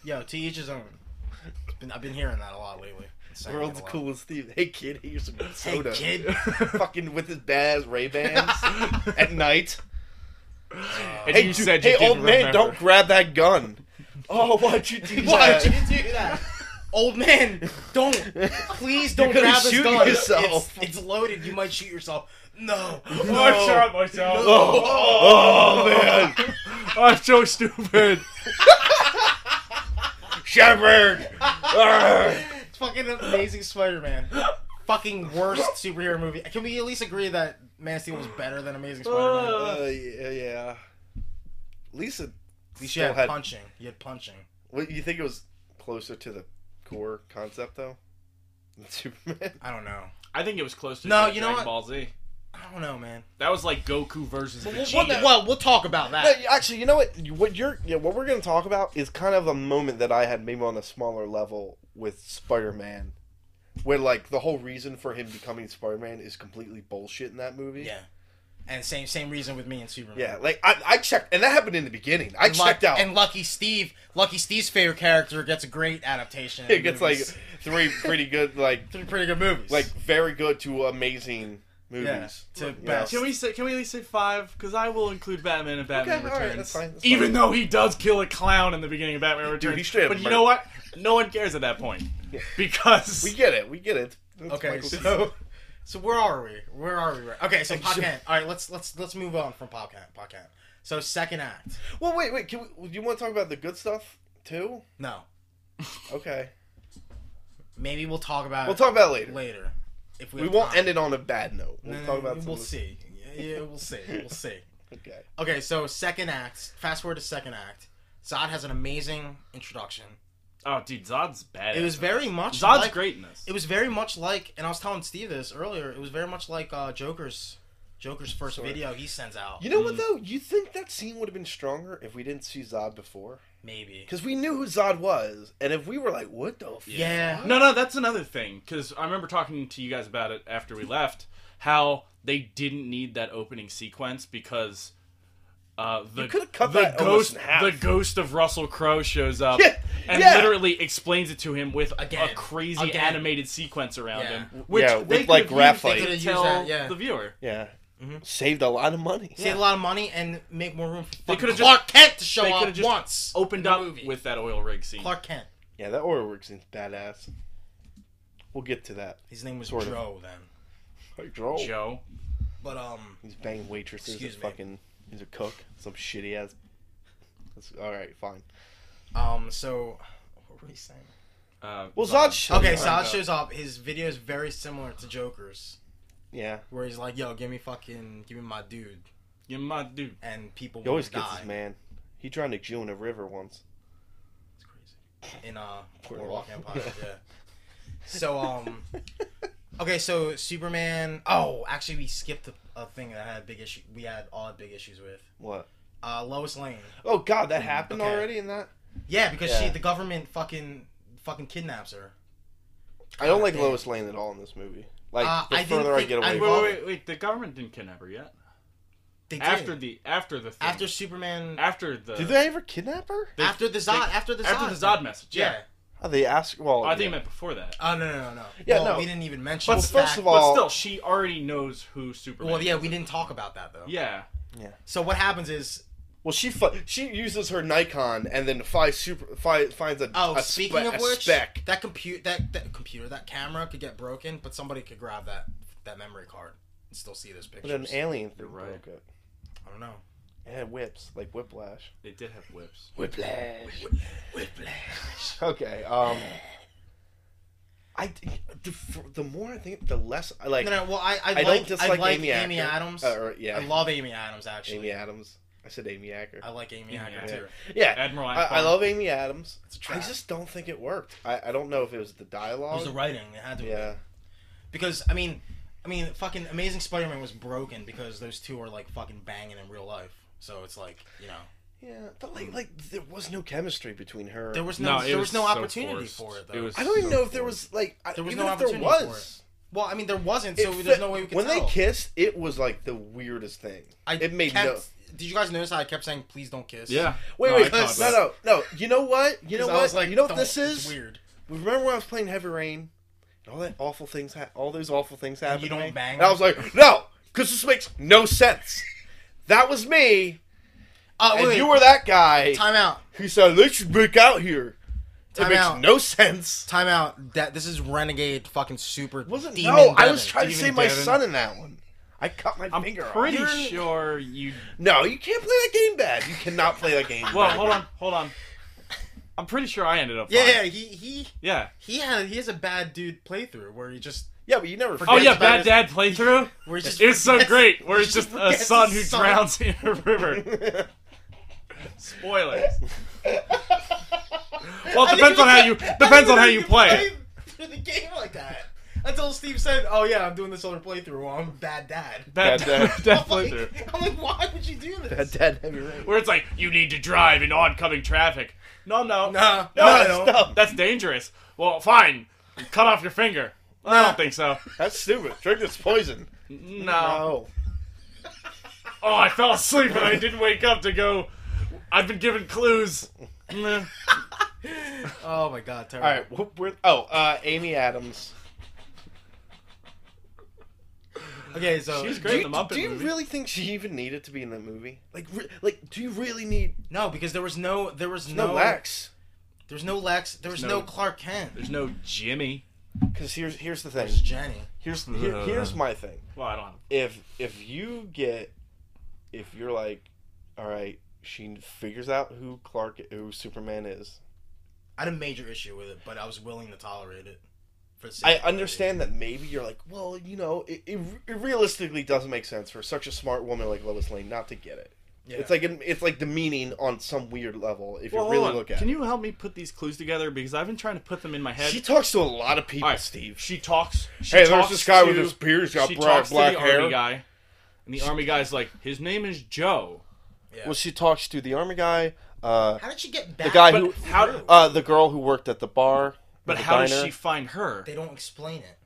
Yo, to each his own. It's been- I've been hearing that a lot lately. It's saying it a
world's
lot.
coolest thief. Hey kid, here's some
Hey,
soda.
kid.
Fucking with his badass Ray Bans at night.
Uh,
And
Hey,
you
dude-
said you
hey,
didn't
old man,
remember.
don't grab that gun. Oh, why'd you do
Why'd
that?
you do that? Old man, don't. Please don't
gonna
grab this
shoot
gun.
yourself.
It's, it's loaded. You might shoot yourself. No.
I
No.
shot myself.
Oh, oh, man,
I'm so stupid.
Shepard! Arr.
It's fucking amazing Spider-Man. fucking worst superhero movie. Can we at least agree that Man of Steel was better than Amazing Spider-Man?
Uh, yeah, yeah. Lisa,
At least you
still
had
had.
punching. You had punching.
What you think it was closer to the core concept though? Than Superman.
I don't know.
I think it was close to
No,
Dragon
you know what?
Ball Z.
I don't know, man.
That was like Goku versus
Well, we'll,
Vegeta.
we'll, well, we'll talk about
No,
that.
you- actually, you know what? You- What you're, yeah, what we're gonna talk about is kind of a moment that I had maybe on a smaller level with Spider-Man, where like the whole reason for him becoming Spider-Man is completely bullshit in that movie.
Yeah. And same same reason with me and Superman.
Yeah, like I, I checked, and that happened in the beginning. I
And Lu-
checked out.
And Lucky Steve, Lucky Steve's favorite character gets a great adaptation. in
it gets like
movies.
three pretty good, like
three pretty good movies.
like very good to amazing
yeah,
movies.
to
Yeah.
best.
Can we say? Can we at least say five? Because I will include Batman and Batman
Okay, all
Returns.
right, that's fine. that's fine.
Even though he does kill a clown in the beginning of Batman Returns,
he straight up
but you
murdered-
know what? No one cares at that point because
we get it, we get it. It's
Okay,
Michael
so so where are we? Where are we? right- Okay, so Pop Can. All right, let's let's let's move on from Pop Can. Pop Can. So second act.
Well, wait, wait. Can we, do you want to talk about the good stuff too?
No,
Okay,
maybe we'll talk about
we'll talk about it later.
it later. If we,
We
have
won't
time.
end it on a bad note. We'll
No,
talk about. some
We'll
of the-
see. Yeah, yeah, we'll see. We'll see.
Okay.
Okay, so second act. Fast forward to second act. Zod has an amazing introduction.
oh, dude, Zod's bad.
It was very much
Zod's
like,
great in this.
It was very much like, and I was telling Steve this earlier. It was very much like uh, Joker's, Joker's first
Sorry.
video he sends out.
You know what though? You think that scene would have been stronger if we didn't see Zod before?
Maybe.
Because we knew who Zod was, and if we were like, "What the fuck?"
Yeah.
No, no, that's another thing. Because I remember talking to you guys about it after we left, how they didn't need that opening sequence because uh, the,
coulda cut
the
that
ghost,
almost in half.
the ghost of Russell Crowe shows up
Yeah,
and
yeah.
literally explains it to him with
Again,
a crazy
again.
animated sequence around
Yeah.
him, which
Yeah,
they
with,
coulda
like,
used-
graphite.
they
They coulda
could
used
tell
that, yeah.
the viewer.
Yeah. Saved a lot of money.
Save a lot of money and make more room for fucking
coulda just-
Clark Kent to show
they coulda
up
just
once.
Opened
in the
up
movie.
with that oil rig scene.
Clark Kent.
Yeah, that aura works seems badass. We'll get to that.
His name was
Sort of.
Joe then,
Hey, Joel.
Joe,
but um,
He's banging waitresses.
Excuse
and
me.
fucking. He's a cook. Some shitty ass. That's, all right, fine.
um, so what were we saying?
uh,
Well, Zod. shows
Okay,
up.
Zod shows up. His video is very similar to Joker's,
Yeah,
where he's like, "Yo, give me fucking, give me my dude,"
you my dude.
and people
he always
will
gets
die.
his man. He drowned a Jew in a river once.
It's crazy. In uh,
Boardwalk.
Boardwalk Empire, yeah. So um, okay, so Superman. Oh, actually, we skipped a, a thing that I had big issue. We had all had big issues with
What?
uh, Lois Lane.
Oh God, that happened
Okay.
already in that.
Yeah, because she
Yeah.
the government fucking fucking kidnaps her.
I don't like
damn.
Lois Lane at all in this movie. Like
Uh,
the
I didn't
further I
think-
get
I-
away
Wait,
from
wait,
it,
wait, wait. The government didn't kidnap her yet.
They did.
After the after the thing.
after Superman
after the
did they ever kidnap her?
they-
after the Zod after the Zod
after the Zod message. Yeah.
yeah.
Oh, they asked.
Oh,
Well,
I think
yeah.
you meant before that.
Oh no no no no.
Yeah,
well,
no.
we didn't even mention.
But
the
s-
fact-
first of
But
all-
still, she already knows who Superman.
well yeah,
is.
we didn't talk about that though.
Yeah.
So what happens is
Well, she fu- she uses her Nikon and then finds super fi- finds a
Oh,
a
speaking
spe-
of
a
which,
speck.
that compute that, that computer, that camera could get broken, but somebody could grab that that memory card and still see those
But
pictures.
an alien thing
You're right.
broke it.
I don't know.
and whips like Whiplash.
They did have whips.
Whiplash.
Whiplash.
Okay. Um. I the, the more I think, the less I like.
No, no, well, I, I,
I
like,
don't dislike
I like
Amy,
Amy,
Acker.
Adams.
Uh, or- yeah,
I love Amy Adams, actually.
Amy Adams. I said Amy Acker.
I like Amy
Amy
Acker,
Acker.
too.
yeah,
Admiral
I, I
Ackbar.
love Amy Adams.
It's a
I
trap.
just don't think it worked. I, I don't know if it was the
It was
dialogue.
the writing. It had to be.
Oh. yeah,
Because, I mean, I mean, fucking Amazing Spider Man was broken because those two are, like, fucking banging in real life. So it's like, you know.
yeah, but like like there was no chemistry between her.
There was no,
No, it
there was,
was
no
so
opportunity
forced.
for it,
It
though.
was-
I don't even
so
know if there was like I,
There was
even
no
if there
opportunity for
was.
Well, I mean, there wasn't,
it
so
felt-
there's no way we could
when
tell.
they kissed, it was like the weirdest thing.
I
it made
kept,
no.
Did you guys notice how I kept saying, please don't kiss?
Yeah.
Wait,
No, I
wait,
caught
no,
that.
no, no. You know what? You know
Because
what?
I was like,
you know what
"Don't-
this
it's
is?
weird.
Remember when I was playing Heavy Rain, and all that awful things, ha- all those awful things happened.
you
to
don't
me?
bang
And I was like, no, because this makes no sense. That was me,
Uh, wait,
and
wait,
you were that guy
time out.
who said they should break out here.
Time
it makes
out.
no sense.
Time out. That this is renegade fucking super.
Wasn't
demon
no? I was
Devin.
trying to
Demon
save my
Devin.
son in that one. I cut my
I'm
finger off.
pretty
You're-
sure you.
No, you can't play that game bad. You cannot play that game.
Well,
bad.
hold on, hold on. I'm pretty sure I ended up.
Yeah,
fine.
yeah. He he
yeah.
he had he has a bad dude playthrough where he just
Yeah, but you never.
Forget
Oh yeah,
about
bad
his-
dad playthrough.
where he just
It's so
forgets-
great. Where it's
he
just a
forgets
son
his
who drowns in a river.
forget.
Spoilers. Well, it depends on how you
I didn't
depends on
know
how you
could
play it.
through the game like that. Until Steve said, "Oh yeah, I'm doing this other playthrough. Well, I'm a bad dad."
Bad, dad,
Bad dad.
dad
I'm,
playthrough.
like, I'm like, why would you do this?
Bad dad, heavy rain.
Where it's like you need to drive in oncoming traffic. No, no,
Nah,
no,
nah,
that's-
no.
stop.
That's dangerous. Well, fine. Cut off your finger. I
Nah.
don't think so.
That's stupid. Drink this poison.
No.
No.
Oh, I fell asleep and I didn't wake up to go. I've been given clues. Nah.
Oh my god, terrible.
All right. Whoop, we're, oh, uh, Amy Adams.
Okay, so
She's
Do
great.
you,
in the Muppet
do you
movie.
really think she even needed to be in that movie? Like, re- like, do you really need
No, because there was no there was
no,
no,
Lex?
There was no Lex. There was
There's
no,
no-
Clark Kent.
There's no Jimmy.
Because here's here's the thing.
There's Jenny.
Here's here, here's my thing.
Well, I don't.
If if you get if you're like, all right, she figures out who Clark who Superman is.
I had a major issue with it, but I was willing to tolerate it. For the sake
I
of the movie.
understand that maybe you're like, well, you know, it, it, it realistically doesn't make sense for such a smart woman like Lois Lane not to get it.
Yeah.
It's like it's like demeaning on some weird level if
Well,
you really
hold on.
look at.
Can
it.
you help me put these clues together because I've been trying to put them in my head.
She talks to a lot of people,
All right.
Steve.
She talks. She
Hey, there's
talks
this guy
to,
with his beard. He's got
she
black,
talks
black
to the
hair.
army guy, and the army guy's like, his name is Joe.
Yeah.
Well, she talks to the army guy, uh,
How did she get back?
guy
But
who-
how?
through?
uh, the girl who worked at the bar.
But
the
how does
diner.
she find her?
They don't explain it.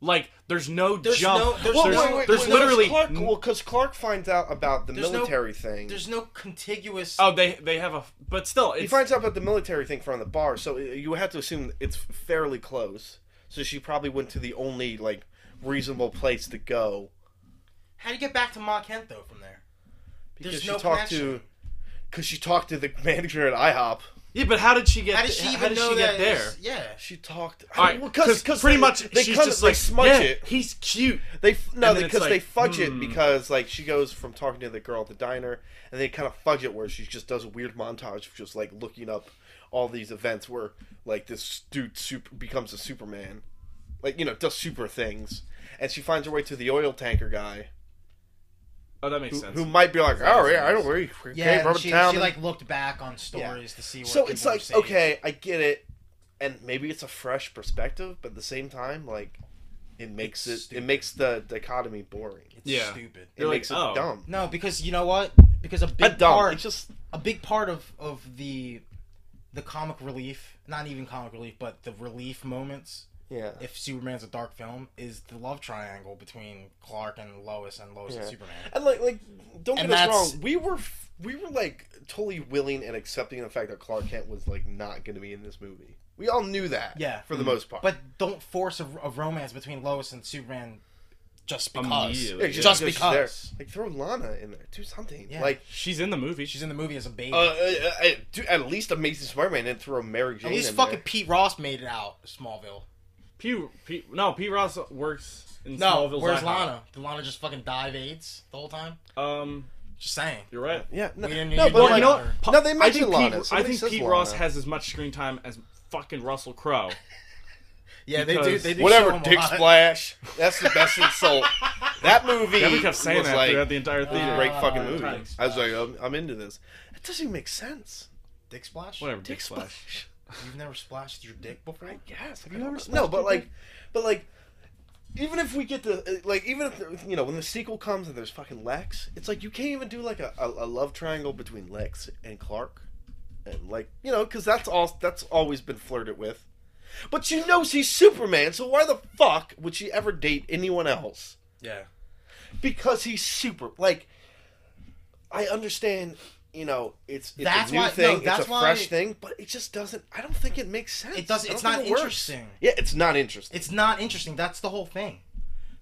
Like, there's no
There's
jump.
no- there's
Well,
no-
wait, wait,
there's
wait,
literally.
Clark, well, because Clark finds out about the
There's no-
military thing.
There's no contiguous.
oh, they they have a. But still,
He
it's
finds out about the military thing from the bar, so uh, you have to assume it's fairly close. So she probably went to the only like reasonable place to go
How do you get back to Ma Kent though from there?
because
There's
she
no
talked to
connection.
because she talked to the manager at IHOP.
yeah. But how did she get?
How did she even
how did
know
she
that?
get there?
it's- Yeah.
She talked.
All right,
Well,
because pretty
they-
much
they
she's
cut
just
it, they
like
smudge
yeah,
it.
He's cute.
They f- no,
then it's
because they
like,
fudge it
hmm.
because like she goes from talking to the girl at the diner, and they kind of fudge it where she just does a weird montage of just like looking up all these events where like this dude super becomes a Superman, like you know does super things, and she finds her way to the oil tanker guy
Oh, that makes
who,
sense.
who might be like, all right, I don't worry,
Yeah.
came from
and she,
town.
she like looked back on stories to see. What
so it's
people were
like
saying.
okay, I get it, and maybe it's a fresh perspective, but at the same time, like it makes
It's
it
stupid.
it makes the dichotomy boring.
It's
Yeah.
Stupid.
It
You're like,
makes
oh.
it dumb.
No, because you know what? Because a big
Not dumb.
part,
It's just
a big part of of the the comic relief, not even comic relief, but the relief moments
yeah.
if Superman's a dark film, is the love triangle between Clark and Lois and Lois and
Yeah.
Superman.
And like, like, don't
And
get us
that's-
wrong. We were, f- we were like totally willing and accepting the fact that Clark Kent was like not going to be in this movie. We all knew that.
Yeah. Mm.
For the most part.
But don't force a, a romance between Lois and Superman just because.
Immediately.
Yeah,
just
she's
because.
there. like, throw Lana in there, do something.
Yeah.
Like,
She's in the movie.
She's in the movie as a baby.
uh, uh, uh, do at least Amazing Spider-Man and throw Mary Jane.
At least
in
fucking
there.
Pete Ross made it out, Smallville.
P, P, no, P. Ross works in
No,
Smallville's
where's
IHOP.
Lana? Did Lana just fucking dive AIDS the whole time?
Um,
Just saying.
You're right.
Yeah, no,
We didn't
no,
need
but
to
like,
do
no,
that.
Pa-
no, they
I
mentioned
think
Lana.
Pete, I
Somebody
think
says
Pete Ross
Lana.
has as much screen time as fucking Russell Crowe.
Yeah, they do.
Because-
They do. show
whatever.
'em a
Dick
lot.
Splash. That's the best insult. That movie
Kevin kept saying
was
that
like
throughout the entire theater.
great fucking
Ah,
movie.
Dick
I was like, I'm, I'm into this. It doesn't even make sense.
Dick splash.
Whatever, Dick,
Dick
Splash.
Splash.
You've never splashed your dick before.
I guess. Have you
don't
ever?
know.
No, but like, but like, even if we get the like, even if the- you know when the sequel comes and there's fucking Lex, it's like you can't even do like a, a, a love triangle between Lex and Clark, and like you know because that's all that's always been flirted with. But she knows he's Superman, so why the fuck would she ever date anyone else?
Yeah.
Because he's super. Like, I understand. You know, it's, it's
That's
a new
why- no,
thing.
that's
it's a
why-
fresh thing, but it just doesn't. I don't think it makes sense.
It does.
I don't
It's
think
not
it works.
interesting.
Yeah, it's not interesting.
It's not interesting. That's the whole thing.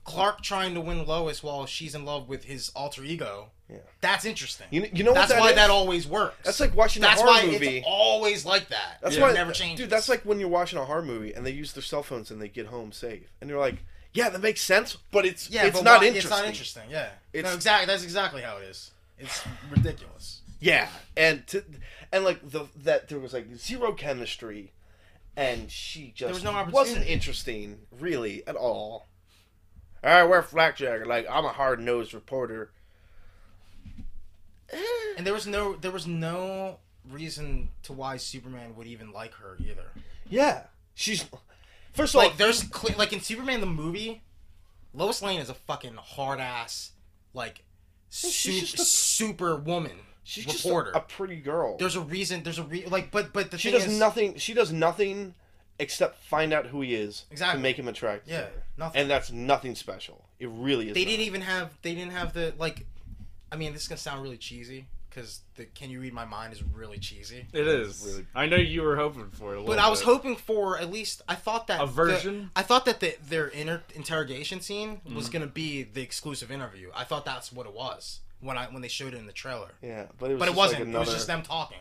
Clark trying to win Lois while she's in love with his alter ego.
Yeah.
That's interesting.
You, you know
that's
what
why
is?
that always works.
That's like watching
That's
a horror
why
movie.
it's always like that.
that's
It
why
never changes.
Dude, that's like when you're watching a horror movie and they use their cell phones and they get home safe, and you're like, yeah, that makes sense, but it's
yeah,
it's
but
not
why-
interesting.
It's not interesting. Yeah.
It's-
no, exactly. That's exactly how it is. It's ridiculous.
Yeah, and to, and like the that there was like zero chemistry, and she just
was no
wasn't
opportunity.
interesting really at all. All right, we're flapjack. Like I'm a hard nosed reporter. Eh.
And there was no there was no reason to why Superman would even like her either.
Yeah, she's first of all
Like there's cle- like in Superman the movie, Lois Lane is a fucking hard ass like
she's
super,
just a-
super woman
she's just
reporter.
a, a pretty girl.
there's a reason. There's a re- like but but the
She
thing
does
is
nothing. She does nothing except find out who he is
Exactly.
to make him attractive. to
yeah
her.
nothing.
and that's nothing special. It really is.
they
not.
didn't e- even have they didn't have the like. I mean this is gonna sound really cheesy because the Can You Read My Mind is really cheesy.
It is.
Really-
I know you were hoping for it. A little
But I was
bit.
hoping for at least I thought that
A
the-
version?
I thought that the, their inter- interrogation scene was
Mm.
gonna be the exclusive interview. I thought that's what it was when I when they showed it in the trailer.
Yeah, but it
But it
was. just like
wasn't. It
another-
was just them talking.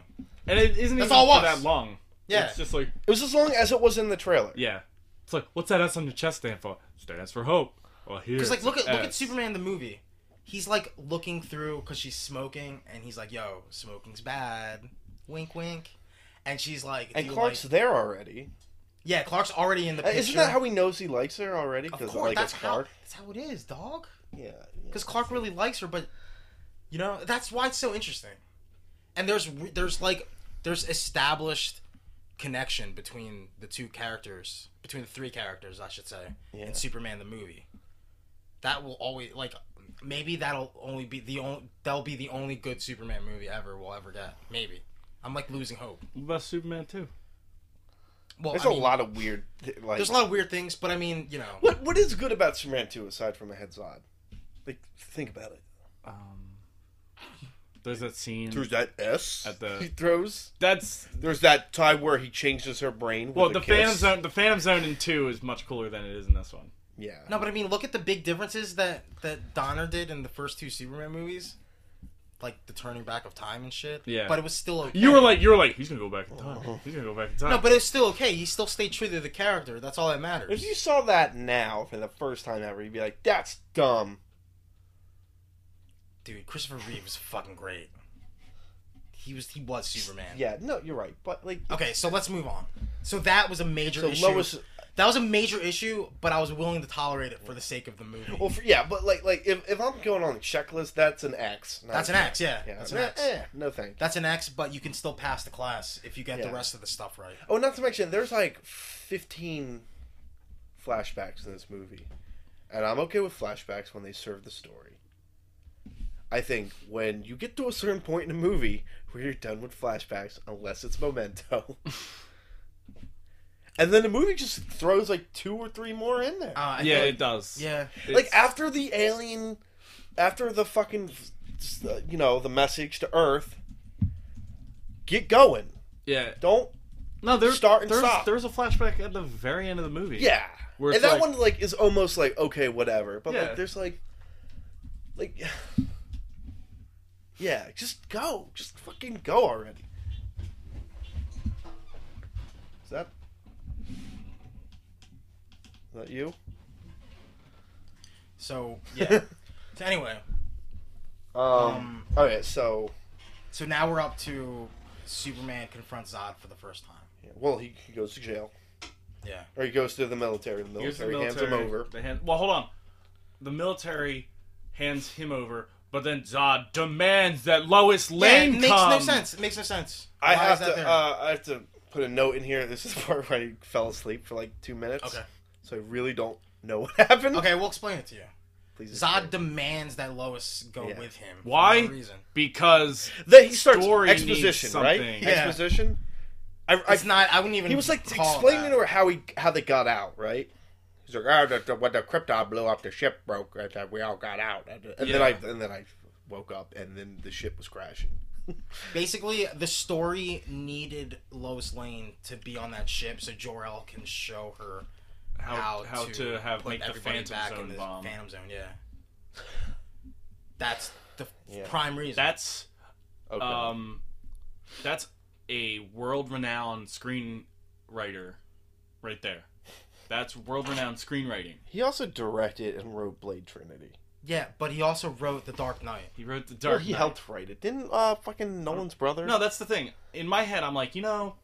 and it isn't
That's
even
all it
for
was.
that long.
Yeah.
it's just like
as long as it was in the trailer.
yeah. It's like what's that S on your chest stand for? Stands for hope. Well, here's
Because like look at look at
S.
Superman the movie. He's like looking through because she's smoking, and he's like, "Yo, smoking's bad." Wink, wink. And she's like, "Do
And
you
Clark's
like-"
there already.
yeah, Clark's already in the
Uh,
picture.
Isn't that how he knows he likes her already?
Of
'Cause,
course,
like,
that's
it's Clark.
how that's how it is, dog.
Yeah.
because Clark really likes her, but you know that's why it's so interesting. And there's there's like there's established connection between the two characters, between the three characters, I should say,
Yeah.
in Superman the movie. That will always like maybe that'll only be the only that'll be the only good Superman movie ever we'll ever get. Maybe I'm like losing hope.
What about Superman too.
Well,
There's
I
a
mean,
lot of weird. th- Like,
There's a lot of weird things, but I mean, you know,
What What is good about Superman two aside from a head nod? Like, think about it.
Um, there's that scene.
There's that S
At the-
he throws.
That's
There's that time where he changes her brain. With
well,
a
the
kiss.
Phantom Zone. The Phantom Zone in two is much cooler than it is in this one.
Yeah.
no, but I mean, look at the big differences that that Donner did in the first two Superman movies, like the turning back of time and shit.
Yeah.
but it was still okay.
You were like, you were like, he's gonna go back in time. He's gonna go back in time.
No, but it's still okay. He still stayed true to the character. That's all that matters.
If you saw that now for the first time ever, you'd be like, "That's dumb."
Dude, Christopher Reeve was fucking great. He was he was Superman.
Yeah, no, you're right. But like,
Okay, so let's move on. So that was a major
so
issue.
Lois.
That was a major issue, but I was willing to tolerate it for the sake of the movie.
Well, for, yeah, but like, like if, if I'm going on a checklist, that's an X. not
that's an
a-
X, yeah.
Yeah,
That's
nah,
an X.
eh, no thank. you.
That's an X, but you can still pass the class if you get
Yeah.
the rest of the stuff right.
Oh, not to mention, there's like 15 flashbacks in this movie, and I'm okay with flashbacks when they serve the story. I think when you get to a certain point in a movie where you're done with flashbacks, unless it's Memento. And then the movie just throws like two or three more in there.
Uh, I
yeah,
feel
it
like-
does.
yeah.
like
It's-
after the alien after the fucking uh, you know the message to earth get going
yeah.
don't
No, there's
Start and
there's,
stop.
there's a flashback at the very end of the movie.
yeah
Where
and
it's
that
like-
one like is almost like okay whatever but
Yeah.
like there's like like yeah just go just fucking go already is that is that you
So yeah. so anyway,
Um,
Um,
all right, so
So now we're up to Superman confronts Zod for the first time.
yeah, well, he, he goes to jail,
Yeah.
or he goes to the military. The
Here's the
military,
military.
hands him over.
They hand, well, hold on. The military hands him over, but then Zod demands that Lois Lane
yeah, it makes
come.
no sense. It makes no sense.
I
Why is
have
that
to.
there?
Uh, I have to put a note in here. This is the part where I fell asleep for like two minutes.
Okay.
So I really don't know what happened.
okay, we'll explain it to you.
Please.
Zod
explain.
demands that Lois go
Yeah.
with him. for
Why?
no reason.
Because
Then he starts
story needs
exposition,
something.
right?
Yeah.
Exposition. I, I,
It's not. I wouldn't even.
he was like
call it
explaining
that.
to her how he how they got out, right? He's like, oh, the, the, when the Krypton blew up, the ship broke, and then we all got out, and, and then I and then I woke up, and then the ship was crashing.
Basically, the story needed Lois Lane to be on that ship so Jor El can show her
how,
how,
how to, have
put
make the
everybody
Phantom
back in
Zone
the
bomb.
Phantom Zone, yeah. That's the
Yeah.
prime reason.
That's
Okay.
um, that's a world-renowned screenwriter, right there. That's world-renowned screenwriting.
he also directed and wrote Blade Trinity.
yeah, but he also wrote The Dark Knight.
He wrote the
Well,
Dark.
he
Knight.
helped write it. Didn't uh fucking Nolan's brother?
No, that's the thing. In my head, I'm like, you know,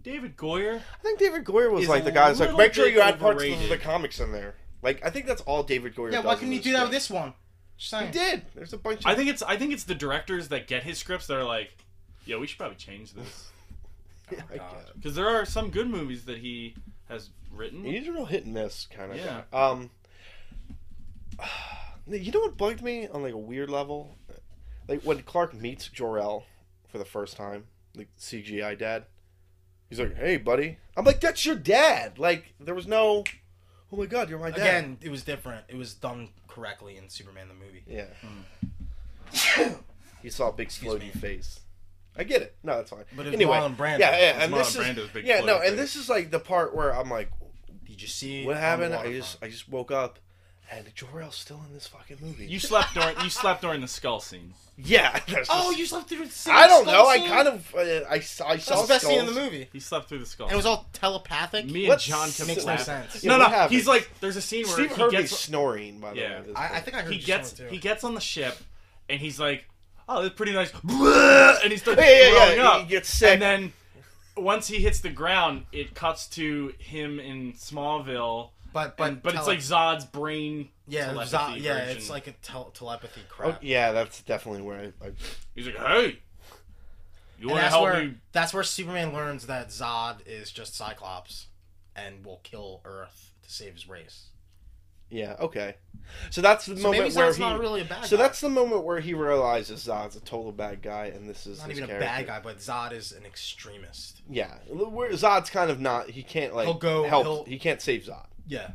David Goyer.
I think David Goyer was
Is
like
a
the guy that's like,
little
make sure
bit
you add parts of
overrated."
the comics in there. Like, I think that's all David Goyer.
Yeah,
does
why couldn't
in
he do that with
script.
this one? Just saying.
He did. There's a bunch. Of...
I think it's I think it's the directors that get his scripts that are like, yeah, we should probably change this
Yeah, I
God.
guess.
because there are some good movies that he has written.
He's a real hit and miss kind of
Yeah.
guy. Um, you know what bugged me on like a weird level, like when Clark meets Jor El for the first time, like CGI dad. He's like, "Hey, buddy." I'm like, "That's your dad." Like, there was no, "Oh my God, you're my dad."
Again, it was different. It was done correctly in Superman the movie.
Yeah. you saw a big
Mm. Excuse
floaty
me.
face. I get it. No, that's fine.
But it was
anyway,
Marlon Brando.
Yeah,
It
yeah,
was
and this
Marlon
is,
Brando's big
yeah, no,
floaty
and this is like the part where I'm like,
Did you see
what
on
happened?
the
I just,
waterfront?
I just woke up, and Jor El's still in this fucking movie.
you slept during you slept during the skull scene.
yeah. there's
Oh,
this-
you slept through the
I don't know. I kind of, uh, I, saw- I
That's
saw
the best scene in the
skulls.
movie.
He slept through the skull.
And it was all telepathic.
Me and
Let's-
John
Makes
kept
no
laughing.
sense.
No,
Yeah,
no,
what happened?
he's like, there's a scene where
Steve
he
Harvey's
gets
snoring by the
Yeah.
way.
I, I think I heard
he
you
gets
snore, too.
he gets on the ship, and he's like, "Oh, that's pretty nice," and he starts
Yeah, yeah, yeah,
throwing
he
up.
gets sick.
and then once he hits the ground, it cuts to him in Smallville.
but but
But, but it's
tele-
like Zod's brain.
yeah, it was
telepathy
Zod- yeah,
version.
it's like a tel- telepathy
Oh,
crap.
yeah, that's definitely where I, I
he's like, "Hey, you
And
want to
that's
help
where
me?"
that's where Superman learns that Zod is just Cyclops, and will kill Earth to save his race.
Yeah. Okay. So that's the
So
moment
maybe
where
Zod's
he.
not really a bad.
so
guy.
that's the moment where he realizes Zod's a total bad guy, and this is
not
his
even a
character.
bad guy, but Zod is an extremist.
Yeah, where Zod's kind of not. He can't like
He'll go-
help.
he'll-
He can't save Zod.
Yeah,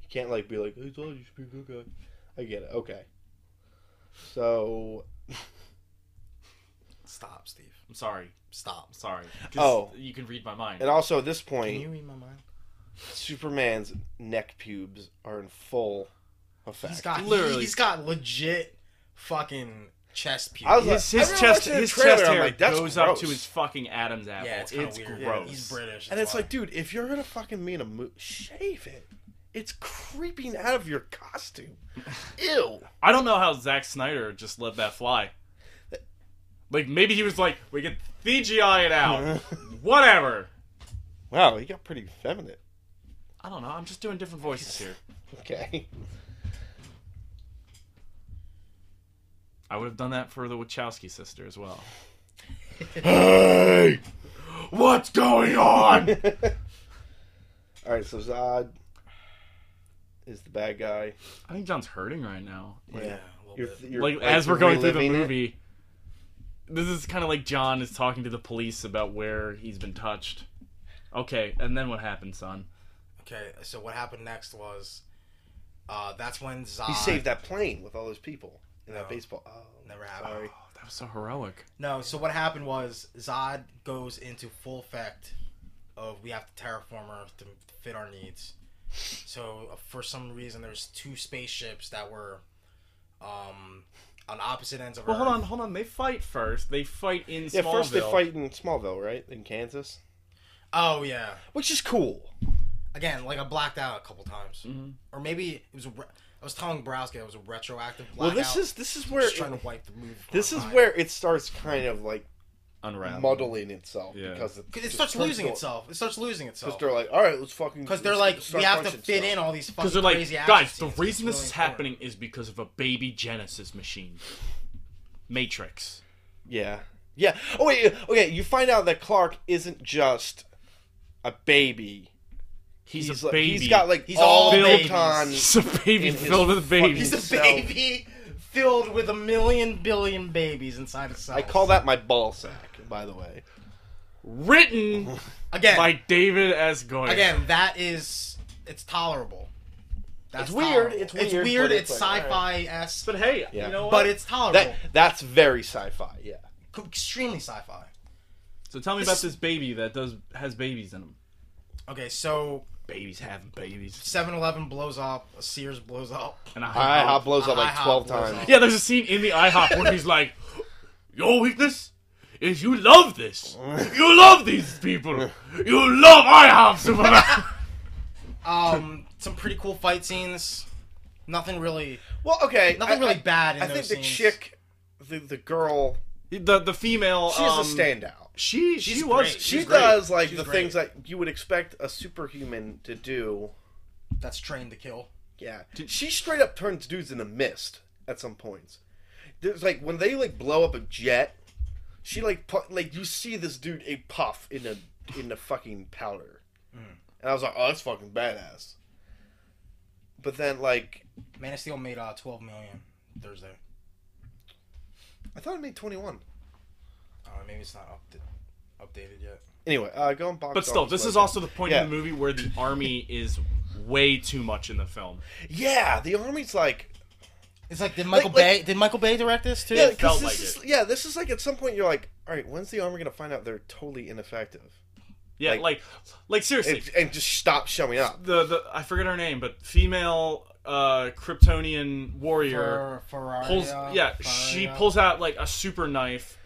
He can't like be like, "Hey Zod, you should be a good guy." I get it. Okay. So
stop, Steve.
I'm sorry,
Stop.
I'm sorry. 'Cause
Oh.
you can read my mind.
and also at this
Can
point,
you read my mind?
Superman's neck pubes are in full effect.
He's got
Literally.
He, has got legit fucking chest pubes.
I was
His,
I
his
remember
chest,
watching the
his
trailer,
chest
I'm
hair
like,
goes
"That's
up
gross."
to his fucking Adam's apple.
yeah, it's kind of weird.
gross.
He's British,
and it's
why.
like, dude, if you're gonna fucking be in a movie, shave it. It's creeping out of your costume. Ew.
I don't know how Zack Snyder just let that fly. Like maybe he was like, we can CGI it out, whatever.
Wow, he got pretty feminine.
I don't know. I'm just doing different voices here.
Okay.
I would have done that for the Wachowski sister as well.
Hey!
What's going on?
Alright, so Zod is the bad guy.
I think John's hurting right now.
yeah, a little
You're,
bit.
you're-
like, as we're going through the
reliving it.
movie, this is kind of like John is talking to the police about where he's been touched. Okay, and then what happened, son?
Okay, so what happened next was, uh, that's when Zod
He saved that plane with all those people in
No.
that baseball. Oh,
never happened. Ah.
sorry.
Oh, that was so heroic.
No, so what happened was Zod goes into full effect of we have to terraform Earth to fit our needs. So uh, for some reason, there's two spaceships that were um, on opposite ends of
Well,
Earth.
hold on, hold on. They fight first. They fight in
Yeah,
Smallville.
first they fight in Smallville, right? In Kansas.
Oh yeah.
Which is cool.
Again, like I blacked out a couple times,
Mhm.
or maybe it was. a re- I was telling Browski I was a retroactive
Well,
blackout.
this is this is where
just trying to wipe the movie. from
this
our
is
mind.
where it starts kind of like
Unravel.
muddling itself
Yeah.
because it,
Because it
just
starts
turns
losing
to-
itself. It starts losing itself.
Because they're like, all right, let's fucking.
Because they're like,
let's
we
start
have to
punching
fit
stuff."
in all these fucking
Because they're like,
crazy action
guys, the
scenes.
reason
It's
this is
really
happening is because of a baby Genesis machine. Matrix.
Yeah, yeah. Oh wait, yeah. okay. You find out that Clark isn't just a baby.
He's, a
like,
baby.
He's got like
He's
all
all
built
babies.
on.
He's a baby
in his
filled with
fucking-
babies.
He's a
So-
baby filled with a million billion babies inside his
I call that my ball sack, by the way.
Written
again.
by David S. Goyer.
Again, that is it's tolerable. That's
It's weird,
tolerable.
it's weird,
It's weird.
but it's
It's
like,
sci-fi esque,
But hey,
Yeah.
you know what?
but it's
Oh.
tolerable.
That that's very sci-fi. Yeah.
Co- Extremely sci-fi.
so tell me about this baby that does has babies in him.
Okay, so
Babies having babies.
7-Eleven blows up. Sears blows up.
And I,
IHOP blows up like
IHOP
twelve
blows
times.
up.
Yeah, there's a scene in the IHOP where he's like, "Your weakness is you love this. You love these people. You love IHOP Superman."
Um, some pretty cool fight scenes. Nothing really,
Well, okay.
nothing
I-
really
I-
bad in
I
those
think the
scenes.
chick, the the girl,
the the female.
she's
um,
a standout.
She she
She's
was
great.
She
she's
does
great.
like
She's
the
great.
things that you would expect a superhuman to do.
that's trained to kill.
Yeah, she straight up turns dudes into mist at some points. There's like when they like blow up a jet, she like pu- like you see this dude a puff in a in the fucking powder,
Mm.
and I was like, oh, that's fucking badass. But then like
Man of Steel made uh, 12 million Thursday.
I thought it made twenty one.
Uh, maybe it's not upda- updated yet.
Anyway, uh, go and box.
But still,
office
this is
logo.
also the point
Yeah.
in the movie where the army is way too much in the film.
yeah. The army's like
It's like did Michael
Like- like-
Bay did Michael Bay direct this too?
yeah, 'cause
felt
this
like
is,
it.
yeah. This is like at some point you're like, all right, when's the army gonna find out they're totally ineffective
Yeah,
Like-
like like, seriously,
and, and just stop showing up?
the the I forget her name, but female uh Kryptonian warrior.
For, Ferrari, uh,
pulls yeah she pulls out like a super knife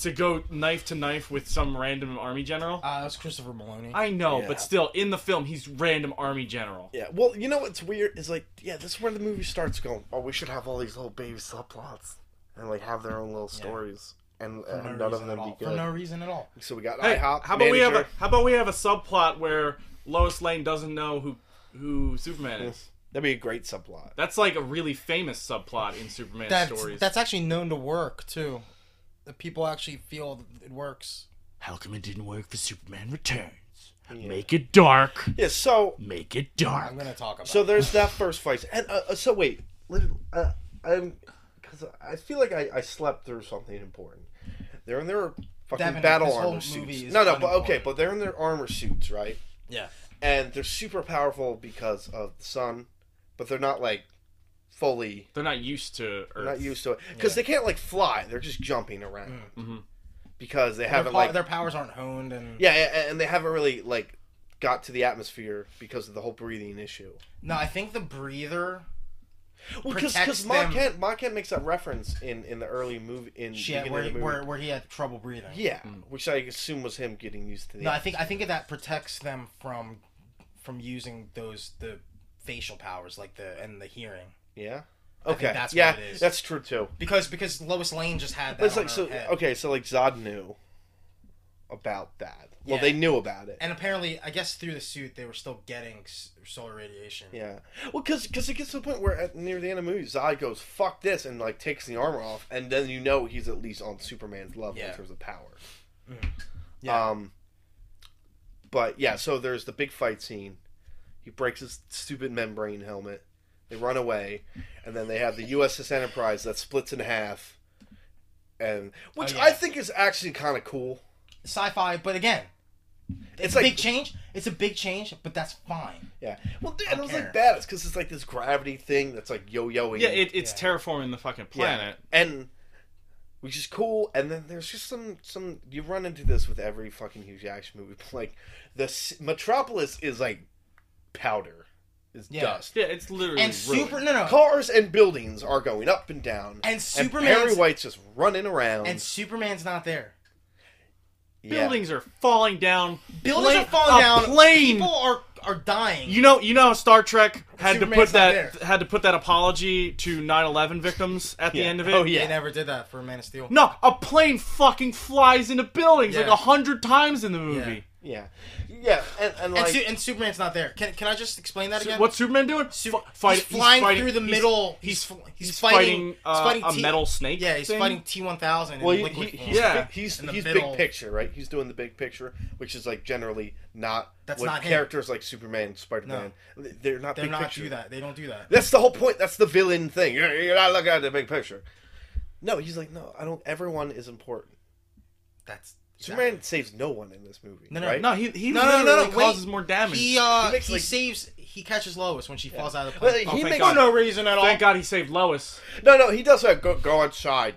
to go knife to knife with some random army general
Uh, that's Christopher Maloney.
i know
Yeah.
but still in the film he's random army general
Yeah, well, you know what's weird is like, yeah, this is where the movie starts going. Oh, we should have all these little baby subplots and like have their own little stories, and,
For no
and none of
reason at
them be
all.
good.
For no reason at all.
So we got
hey how
IHOP.
about
manager.
we have a how about we have a subplot where lois lane doesn't know who who superman is
That'd be a great subplot.
that's like a really famous subplot in superman
That's
stories
that's actually known to work too. The people actually feel that it works.
how come it didn't work for superman returns
Yeah.
make it dark
Yeah. So
make it dark
I'm gonna talk about.
so
it.
there's that first fight, and uh, uh, so wait, let- uh, I'm because I feel like I, I slept through something important. They're in their fucking
Devin,
battle
this whole
armor
movie
suits.
is
No, no, but okay,
unimportant.
but they're in their armor suits, right?
yeah,
and they're super powerful because of the sun, but they're not like fully
they're not used to
they're
Earth.
not used to it because they can't like fly. They're just jumping around
Mm, mm-hmm.
Mhm.
because they
their,
haven't
po-
like
their powers aren't honed and
yeah, a- and they haven't really like got to the atmosphere because of the whole breathing issue.
No, I think the breather.
Well, because
Protects
because Ma
them.
Kent Ma Kent makes that reference in in the early movie in
She had,
beginning
where,
of
he,
the movie.
where where he had trouble breathing.
yeah, which I assume was him getting used to the.
No, I think I think that protects them from from using those the facial powers like the and the hearing
yeah.
think
Okay.
that's
yeah,
what it is.
that's true too.
because because Lois Lane just had that.
But it's
on
like
her
so.
head.
Okay, so like Zod knew about that. Well,
Yeah.
they knew about it.
And apparently, I guess through the suit, they were still getting s- solar radiation.
Yeah. Well, because it gets to the point where at, near the end of the movie, Zod goes, fuck this, and, like, takes the armor off, and then you know he's at least on Superman's level in
Yeah. Mm.
terms of power.
Yeah.
Um, but, yeah, so there's the big fight scene. He breaks his stupid membrane helmet. They run away, and then they have the USS Enterprise that splits in half, and which
Oh, yeah.
I think is actually kind of cool.
Sci-fi, but again, it's,
It's
a
like-
big change. It's a big change, but that's fine.
Yeah. Well, and it was like
care.
badass because it's like this gravity thing that's like yo-yoing.
yeah it, it's
Yeah.
terraforming the fucking planet
Yeah. And which is cool, and then there's just some some you run into this with every fucking huge action movie. but, Like the c- Metropolis is like powder, is
Yeah.
dust.
Yeah, it's literally
And super, no, no,
Cars and buildings are going up and down,
And Superman's-
Perry White's just running around.
and Superman's not there.
Yeah.
buildings are falling down.
Buildings
Plane-
are falling
a
down.
Plane
People are
are dying.
You know, you know, how Star Trek had to
Superman's
put
not
that had to put that apology to 9/11 victims at the end of it.
Oh
They
yeah.
never did that for Man of Steel.
No, a plane fucking flies into buildings like
Yeah.
a hundred times in the movie.
Yeah. Yeah. And, and
and,
like
Su- and Superman's not there. Can, can I just explain that again?
What's Superman doing? Fu- fight-
he's flying through the
he's-
middle.
He's
He's he's,
he's
fighting,
fighting, uh,
he's fighting
a
T-
metal snake
Yeah, he's
thing?
fighting T one thousand.
well, he,
liquid
he-
form.
he's,
Yeah.
big, he's,
In the
he's
middle.
big picture, right? He's doing the big picture, which is like generally not
That's
what
not him.
characters like Superman, Spider Man. They're not
They're
big
not
picture.
do that. They don't do that.
That's the whole point. That's the villain thing. You're, you're not looking at the big picture. No, he's like, no, I don't. Everyone is important.
That's
Superman saves no one in this movie.
No, no,
right?
No, he he
No, no, no, no,
literally
wait.
causes more damage.
He uh
He
he,
makes, like-
saves he catches Lois when she falls out of the
Well,
plane.
he
thank
makes
God.
no reason at all.
Thank God he saved Lois.
no, no. He does that. Go, go outside.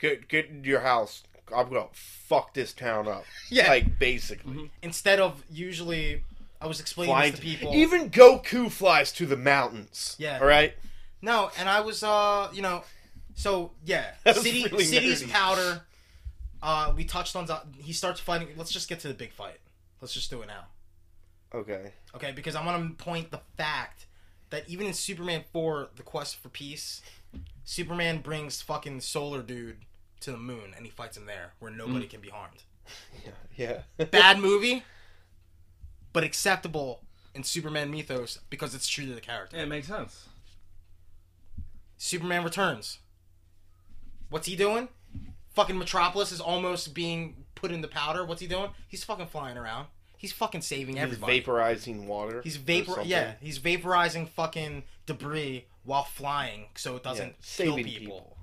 Get get into your house. I'm gonna fuck this town up.
Yeah.
like basically.
Instead of usually, I was explaining
Flying
this to people.
Even Goku flies to the mountains.
Yeah.
All right.
no, and I was uh you know, so yeah,
That's
city
really
city's
nerdy.
powder. Uh, we touched on he starts fighting. Let's just get to the big fight. Let's just do it now.
Okay.
Okay, because I want to point the fact that even in Superman 4, The Quest for Peace, Superman brings fucking Solar Dude to the moon and he fights him there where nobody can be harmed.
Yeah.
Bad movie, but acceptable in Superman mythos because it's true to the character.
it makes sense.
Superman Returns. What's he doing? Fucking Metropolis is almost being put in the powder. What's he doing? He's fucking flying around. He's fucking saving
He's
everybody.
vaporizing water.
He's
or
vapor.
something.
Yeah, he's vaporizing fucking debris while flying, so it
Yeah.
doesn't kill
Saving
people.
people.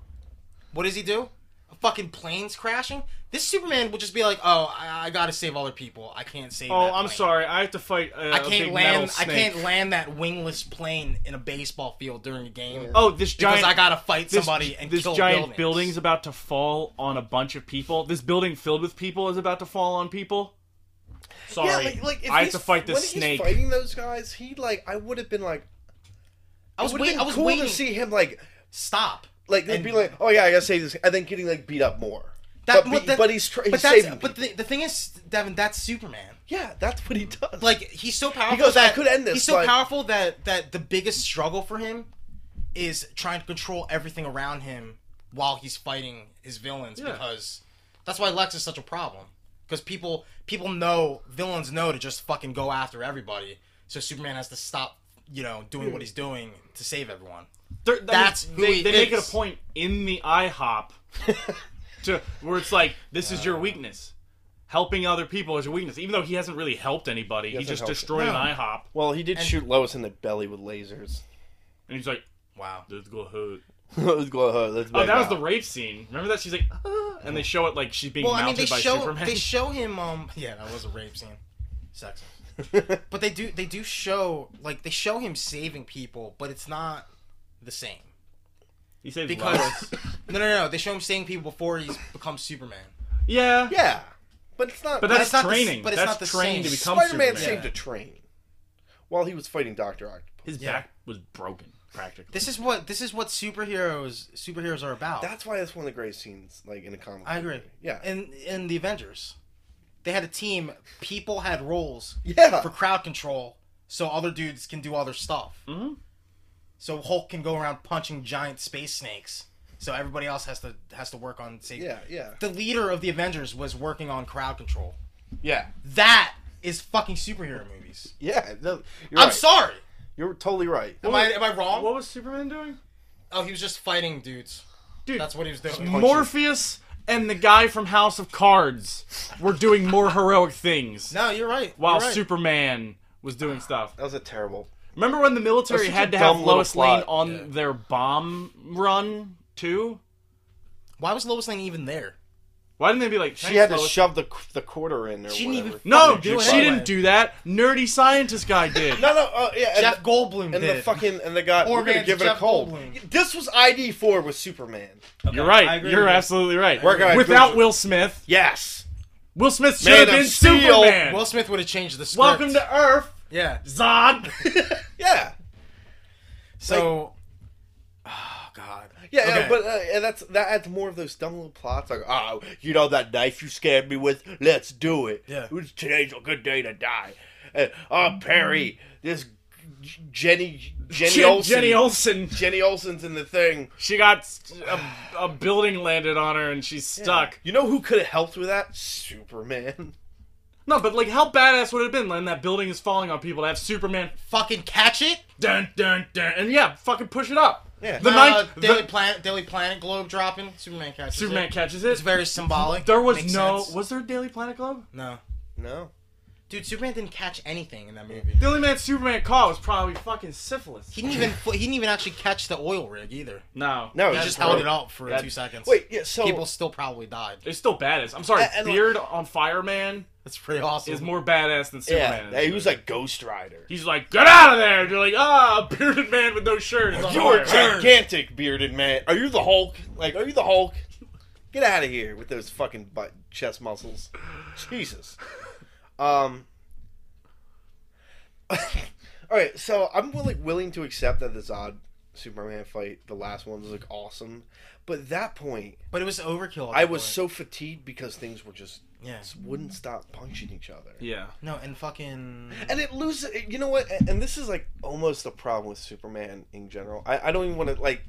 What does he do? A fucking plane's crashing. This Superman would just be like, "Oh, I, I gotta save other people. I can't save."
Oh,
that
I'm
plane.
sorry. I have to fight. Uh,
I
a
can't
big metal
land. I
snake.
can't land that wingless plane in a baseball field during a game.
Oh, this
because
giant.
I gotta fight
this,
somebody and
this
kill
giant
buildings.
building's about to fall on a bunch of people. This building filled with people is about to fall on people. Sorry,
Yeah, like, like if
I have
he's-
to fight this
when
snake.
He's fighting those guys, he like I would have been like
I was
would have
waiting.
been
I was
cool
waiting.
to see him like
Stop.
like
And-
be like oh yeah I gotta save this and then getting like beat up more.
That,
but,
but,
be-
that-
but he's, tra- he's
but that's-
saving.
But
people.
the, the thing is, Devin, that's Superman.
yeah, that's what he does.
like he's so powerful
goes,
that
"I could end this,
He's so
but-"
powerful that that the biggest struggle for him is trying to control everything around him while he's fighting his villains
Yeah.
because that's why Lex is such a problem because people people know villains know to just fucking go after everybody so Superman has to stop you know doing
Hmm.
what he's doing to save everyone.
They're- I mean,
That's who
they,
he
they make it
is.
a point in the IHOP to where it's like this is your weakness. Helping other people is your weakness, even though he hasn't really helped anybody. He,
hasn't
just
helped.
destroyed
No.
an IHOP,
well, he did shoot Lois in the belly with lasers.
and he's like,
Wow.
"Let's go hurt."
Let's go, uh, let's
Oh, that was the rape scene. Remember that? She's like, "Ah," and they show it like she's being
Well, I mean
mounted
they
by
show
Superman.
they show him um yeah that was a rape scene, sexist.
the.
But they do they do show like they show him saving people but it's not the same.
he saves
because
Lois.
no, no, no. They show him saving people before he's becomes Superman.
yeah,
yeah, but it's not.
but that's
it's not the s-
training.
but it's
that's
not the
training to
same.
become
Spider-Man
Superman.
saved a train while he was fighting Doctor Octopus.
His
Yeah.
back was broken practically.
This is what this is what superheroes superheroes are about.
That's why that's one of the greatest scenes, like in a comic.
I
book
agree.
movie. Yeah.
In in the Avengers, they had a team. People had roles
yeah.
for crowd control, so other dudes can do other stuff. Mm-hmm. So Hulk can go around punching giant space snakes. So everybody else has to has to work on safety.
yeah. Yeah.
The leader of the Avengers was working on crowd control.
Yeah.
That is fucking superhero movies.
Yeah. No, you're
I'm
right.
sorry.
You're totally right.
Am I am I wrong?
what was Superman doing?
Oh, he was just fighting dudes.
Dude,
That's what he was doing.
Morpheus and the guy from House of Cards were doing more heroic things
no, you're right.
while
You're right.
Superman was doing stuff.
That was a terrible.
Remember when the military
That's such a
had to have
dumb little
Lois Lane
plot,
on
yeah.
their bomb run too?
Why was Lois Lane even there?
Why didn't they be like
She had to
Lois.
shove the the quarter in or
She didn't
whatever.
even
No,
fucking do it
she
anyway.
didn't do that. Nerdy scientist guy did.
No, no, uh, yeah, and,
Jeff Goldblum
and
did.
the fucking and the guy.
Poor
We're gonna
man's
give it
Jeff
a cold.
Goldblum.
This was ID four with Superman.
You're
I
right.
agree
You're
with you.
absolutely right.
We're gonna-
Without Will Smith,
Yes.
Will Smith should
Man
have
of
been
Steel.
Superman.
Will Smith would have changed the script.
Welcome to Earth,
yeah.
Zod.
Yeah.
So, oh god.
Yeah,
Okay.
yeah, but uh, and that's that adds more of those dumb little plots like, oh, you know that knife you scared me with? Let's do it.
Yeah.
It was- Today's a good day to die. and, oh Perry, this J- Jenny Jenny
Jen-
Olsen
Jenny Olsen.
Jenny Olsen's in the thing.
She got s- a, a building landed on her and she's stuck.
You know who could have helped with that? Superman.
No, but like, how badass would it have been when that building is falling on people to have Superman
Fucking catch it.
dun dun dun and yeah, fucking push it up.
Yeah.
The
uh,
ninth-
Daily
the-
Planet, Daily Planet globe dropping. Superman catches
Superman
it.
catches
It's
it.
very symbolic.
There was
Makes
no.
sense.
Was there a Daily Planet Club?
no.
No.
Dude, Superman didn't catch anything in that movie.
The only man Superman caught was probably fucking syphilis.
He didn't even he didn't even actually catch the oil rig either.
no.
No,
He
it's
just
broke.
held it up for
That-
two seconds.
Wait, yeah, so
people still probably died.
It's still badass. I'm sorry,
And- and, like-
Beard on Fire Man
That's pretty awesome.
is more badass than Superman.
yeah,
is.
he was like Ghost Rider.
He's like, get out of there! And you're like, ah, bearded man with no shirt. is on
You're a
fire."
turn.
gigantic bearded man. Are you the Hulk? Like, are you the Hulk? Get out of here with those fucking butt chest muscles. Jesus. Um. all right, so I'm like willing to accept that the Zod Superman fight, the last one was like awesome, but at that point
but it was overkill. at
I
that
was
point.
so fatigued because things were just
yeah.
wouldn't stop punching each other.
Yeah.
No, and fucking
And it loses. You know what? And this is like almost the problem with Superman in general. I, I don't even want to like,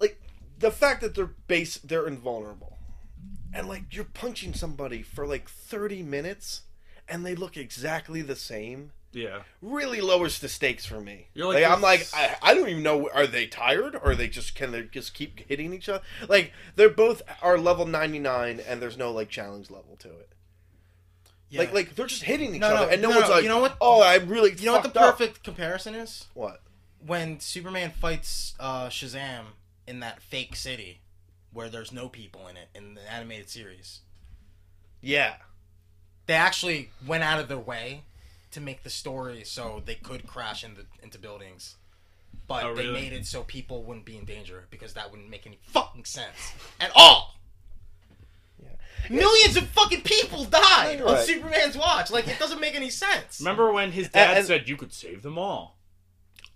like the fact that they're base they're invulnerable, and like you're punching somebody for like thirty minutes, and they look exactly the same.
Yeah.
Really lowers the stakes for me.
You're
You're
like
like, I'm like
this-
I, I don't even know. Are they tired? Or are they just can they just keep hitting each other? Like they're both are level ninety nine, and there's no like challenge level to it.
yeah.
Like like they're just hitting each
No,
other,
no,
and no,
no,
one's
no,
like,
you know what-
Oh, I'm really.
you know what the perfect comparison is?
What?
When Superman fights uh, Shazam in that fake city where there's no people in it in the animated series.
Yeah.
They actually went out of their way to make the story so they could crash into into buildings. But
Oh,
they
really?
made it so people wouldn't be in danger because that wouldn't make any fucking sense at all.
Yeah.
Millions of fucking people died
you're
on
right.
Superman's watch. Like it doesn't make any sense.
Remember when his dad
and-
said you could save them all?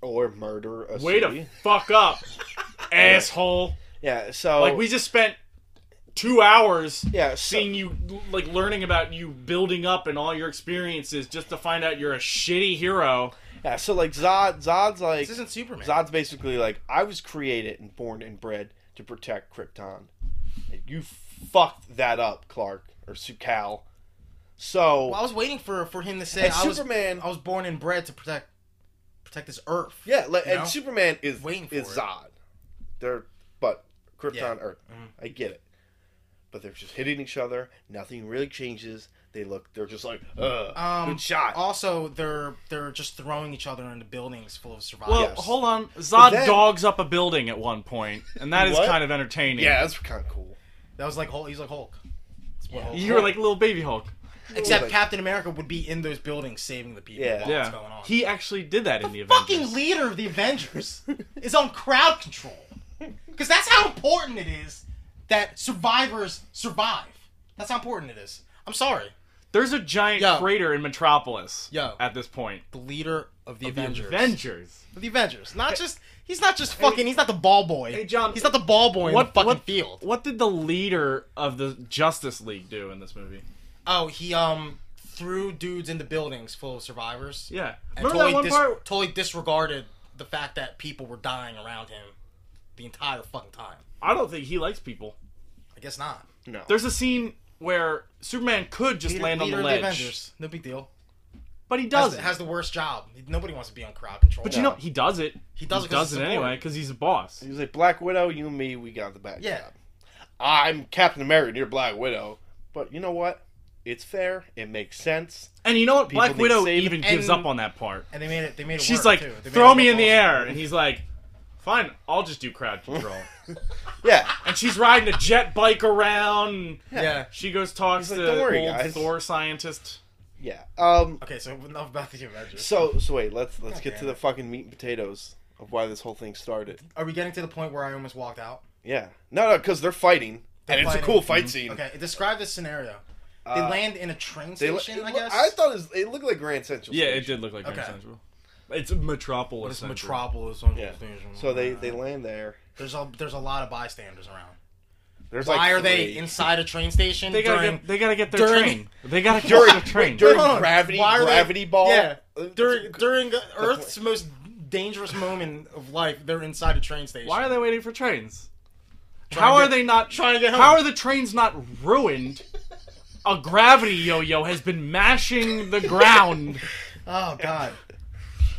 Or murder a
Way to
city.
fuck up, asshole!
Yeah. So
Like we just spent two hours
Yeah. So,
seeing you, like learning about you building up and all your experiences just to find out you're a shitty hero.
yeah. So like Zod. Zod's like.
This isn't Superman.
Zod's basically like I was created and born and bred to protect Krypton. You fucked that up, Clark or Sukal. So
Well, I was waiting for for him to say
and
I was
Superman. oh,
I was born and bred to protect protect this earth.
yeah. Like,
you
and
know?
Superman is
Waiting for
is
it.
Zod. They're but Krypton
Yeah.
Earth.
Mhm.
I get it. But they're just hitting each other. Nothing really changes. They look. They're just like, uh,
Um,
good shot.
Also, they're they're just throwing each other into buildings full of survivors.
Well,
Yes.
hold on. Zod
then-
dogs up a building at one point, and that is
What?
kind of entertaining.
yeah, that's kind of cool.
That was like Hulk. He's like Hulk. That's what Hulk-
You were like little baby Hulk.
Except
like-
Captain America would be in those buildings saving the people.
Yeah.
while it's
Yeah,
going on.
he actually did that in the Avengers.
fucking leader of the Avengers is on crowd control. Because that's how important it is that survivors survive. That's how important it is. I'm sorry.
There's a giant
Yo.
crater in Metropolis.
Yo.
at this point,
The leader of the
The
Avengers.
Avengers.
Of the Avengers. Not just he's not just fucking he's not the ball boy.
Hey, John,
He's not the ball boy in the fucking field.
What did the leader of the Justice League do in this movie?
Oh, he um threw dudes into buildings full of survivors.
Yeah,
And
remember
totally,
that one
dis-
part?
totally disregarded the fact that people were dying around him the entire fucking time.
I don't think he likes people.
I guess not.
No.
There's a scene where Superman could just land on the
Leader of
ledge,
Avengers. No big deal.
but he
has
does
the,
it.
has the worst job. Nobody wants to be on crowd control.
But you know, he does it. He
does it 'cause it's
does it
important.
anyway because he's a boss.
He was like, Black Widow, you and me, we got the back.
yeah,
I'm Captain America, and you're Black Widow. But you know what? It's fair. It makes sense.
And you know what?
People
Black
need
Widow
saving.
even gives
And-
up on that part.
and they made it. They made it.
She's
work,
like,
too. They made
"Throw
it
me
look
in the
awesome.
air," and he's like, "Fine, I'll just do crowd control."
Yeah.
and she's riding a jet bike around. and
Yeah.
She goes talks
He's
to
like, "Don't worry,
old
guys."
Thor scientist.
Yeah. Um.
Okay, so enough about the Avengers.
So so wait. Let's let's
God
get
damn
to the
it.
fucking meat and potatoes of why this whole thing started.
Are we getting to the point where I almost walked out?
Yeah. No, no, because they're fighting,
They're
and
fighting. Mm-hmm.
it's a cool fight scene.
Okay, describe this scenario. They
Uh,
land in a train
They,
station,
it
I
loo-
guess.
I thought it, was, it looked like Grand Central.
Yeah, it did
Station.
look like
Okay.
Grand Central. It's a metropolis.
This
Central.
metropolis on
Yeah.
station.
So they they land there.
there's a there's a lot of bystanders around.
There's
Why
like
are they
three.
inside a train station
They gotta
during
get. They gotta get their
during-
train. They gotta get
during
their train.
during
Hold on.
gravity
Why are they-
gravity ball?
Yeah.
Uh,
during during Earth's most dangerous moment of life? They're inside a train station.
Why are they waiting for trains?
Trying
How
to
are
get-
they not
trying to get home?
How are the trains not ruined? A gravity yo-yo has been mashing the ground.
Oh God.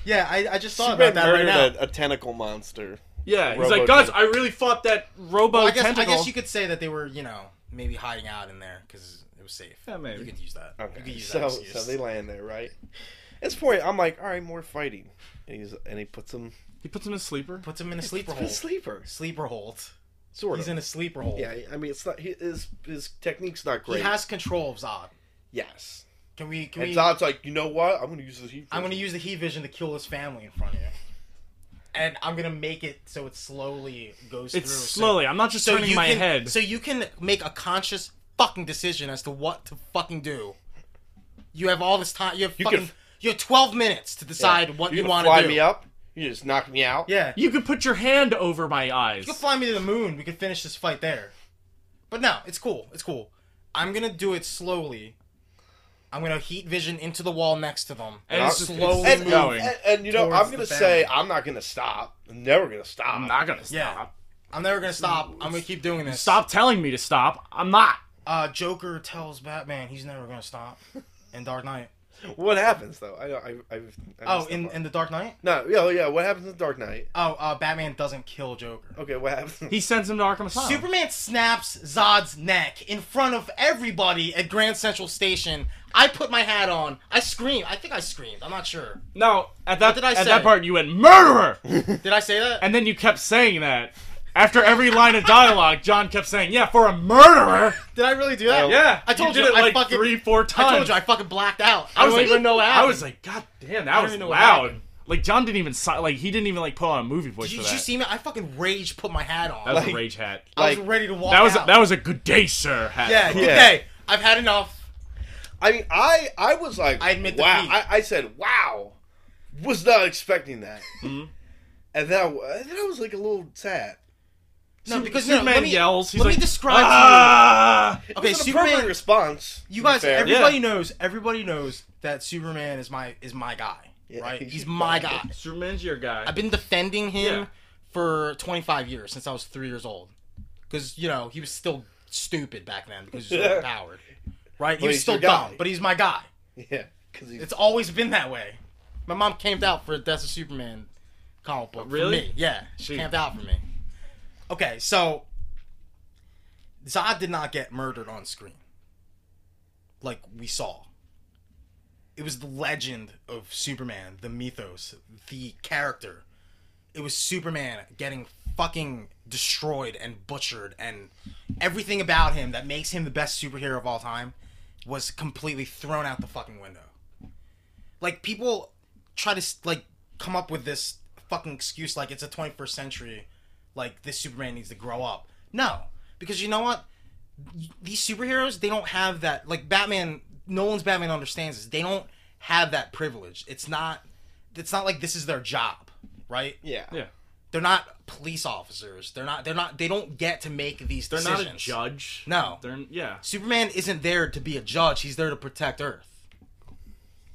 Yeah, I, I just thought
Superman
about that right
murdered
now.
a, a tentacle monster.
Yeah, he's
Robo
like, guys,
tank.
I really thought that robo
Well, I guess
tentacle.
I guess you could say that they were you know maybe hiding out in there because it was safe.
Yeah, maybe.
you could use that. You could use
so
that
so
excuse.
they land there, right? At this point, I'm like, all right, more fighting. And he's and he puts him
He puts him in a sleeper.
Puts him in a
It's
sleeper
a
hold.
sleeper,
Sleeper hold.
sort
He's
of.
in a sleeper hold.
yeah, I mean, it's not he- his his technique's not
he
great.
has control of Zod.
yes,
Can we? Can
and
we?
Zod's like, you know what? I'm gonna use this. heat
I'm gonna
vision."
use the heat vision to kill his family in front of you, and I'm gonna make it so it slowly goes.
It's
through. so-
slowly. I'm not just
so
turning
you
my
can,
head.
So you can make a conscious fucking decision as to what to fucking do. You have all this time. You have
You
fucking.
can-
you have 12 minutes to decide what
You're
you
gonna
want
fly
to do.
me up. You just knock me out.
Yeah.
You could put your hand over my eyes.
You can fly me to the moon. We could finish this fight there. But no, it's cool. It's cool. I'm gonna do it slowly. I'm gonna heat vision into the wall next to them.
And it's just-
slowly
it's-
And,
Keep
move.
no, going
and, and, you know,
towards
I'm gonna
the family.
say I'm not gonna stop. I'm never gonna stop.
I'm not gonna stop.
Yeah. I'm never gonna stop. I'm gonna keep doing this.
Stop telling me to stop. I'm not.
Uh, Joker tells Batman he's never gonna stop. In Dark Knight.
What happens though? I don't. I, I, I
Oh,
messed
in,
up on-
in the Dark Knight.
no, yeah, yeah. What happens in Dark Knight?
Oh, uh, Batman doesn't kill Joker.
Okay, what happens?
He sends him to Arkham Asylum.
Superman snaps Zod's neck in front of everybody at Grand Central Station. I put my hat on. I screamed. I think I screamed. I'm not sure.
no, at that
did I
at
say?
that part you went murderer,
Did I say that?
and then you kept saying that. After every line of dialogue, John kept saying, "Yeah, for a murderer."
Did I really do that?
Yeah.
I told you,
did it
I
like
fucking-
three, four
I
times.
told you I fucking blacked out. I, don't
I was like-
even know what
I
happened.
was like, God damn,
I
that
don't
was
even know what
loud.
happened.
Like John didn't even si- like he didn't even like put on a movie voice
did you,
for
did
that.
you see me? I fucking rage put my hat on.
that was
Like-
a rage hat.
I was
like-
ready to walk
That was a,
out.
that was a good day, sir. Hat.
yeah, good
Yeah.
day. I've had enough.
I mean, I I was like,
I admit
wow.
defeat.
I, I said, wow, was not expecting that.
Mm-hmm.
And then I, wa- and then I was like a little sad.
No, because no,
Superman
let me,
yells. He's
let
like,
me describe
ah!
to you. Okay,
It's an appropriate
Superman.
response. to
You
be
guys,
fair.
everybody knows. Everybody knows that Superman is my is my guy.
Yeah,
right?
he's
He's
your
my
guy.
guy.
Superman's your guy.
I've been defending him
Yeah.
for 25 years since I was three years old, because you know he was still stupid back then because he was overpowered, right? He
But
was
he's
still
your guy.
dumb, but he's my guy.
yeah, because he's
It's always been that way. My mom camped out for Death of Superman comic book.
Really?
For me. Yeah. She
She-
camped out for me. Okay, so Zod did not get murdered on screen. Like we saw. It was the legend of Superman, the mythos, the character. It was Superman getting fucking destroyed and butchered and everything about him that makes him the best superhero of all time was completely thrown out the fucking window like people try to like come up with this fucking excuse like it's a 21st century like this superman needs to grow up no because you know what these superheroes they don't have that like batman no one's batman understands this they don't have that privilege it's not it's not like this is their job right
yeah.
yeah,
they're not police officers they're not they're not they don't get to make these
they're
decisions
not a judge.
No.
they're yeah.
Superman isn't there to be a judge. He's there to protect Earth.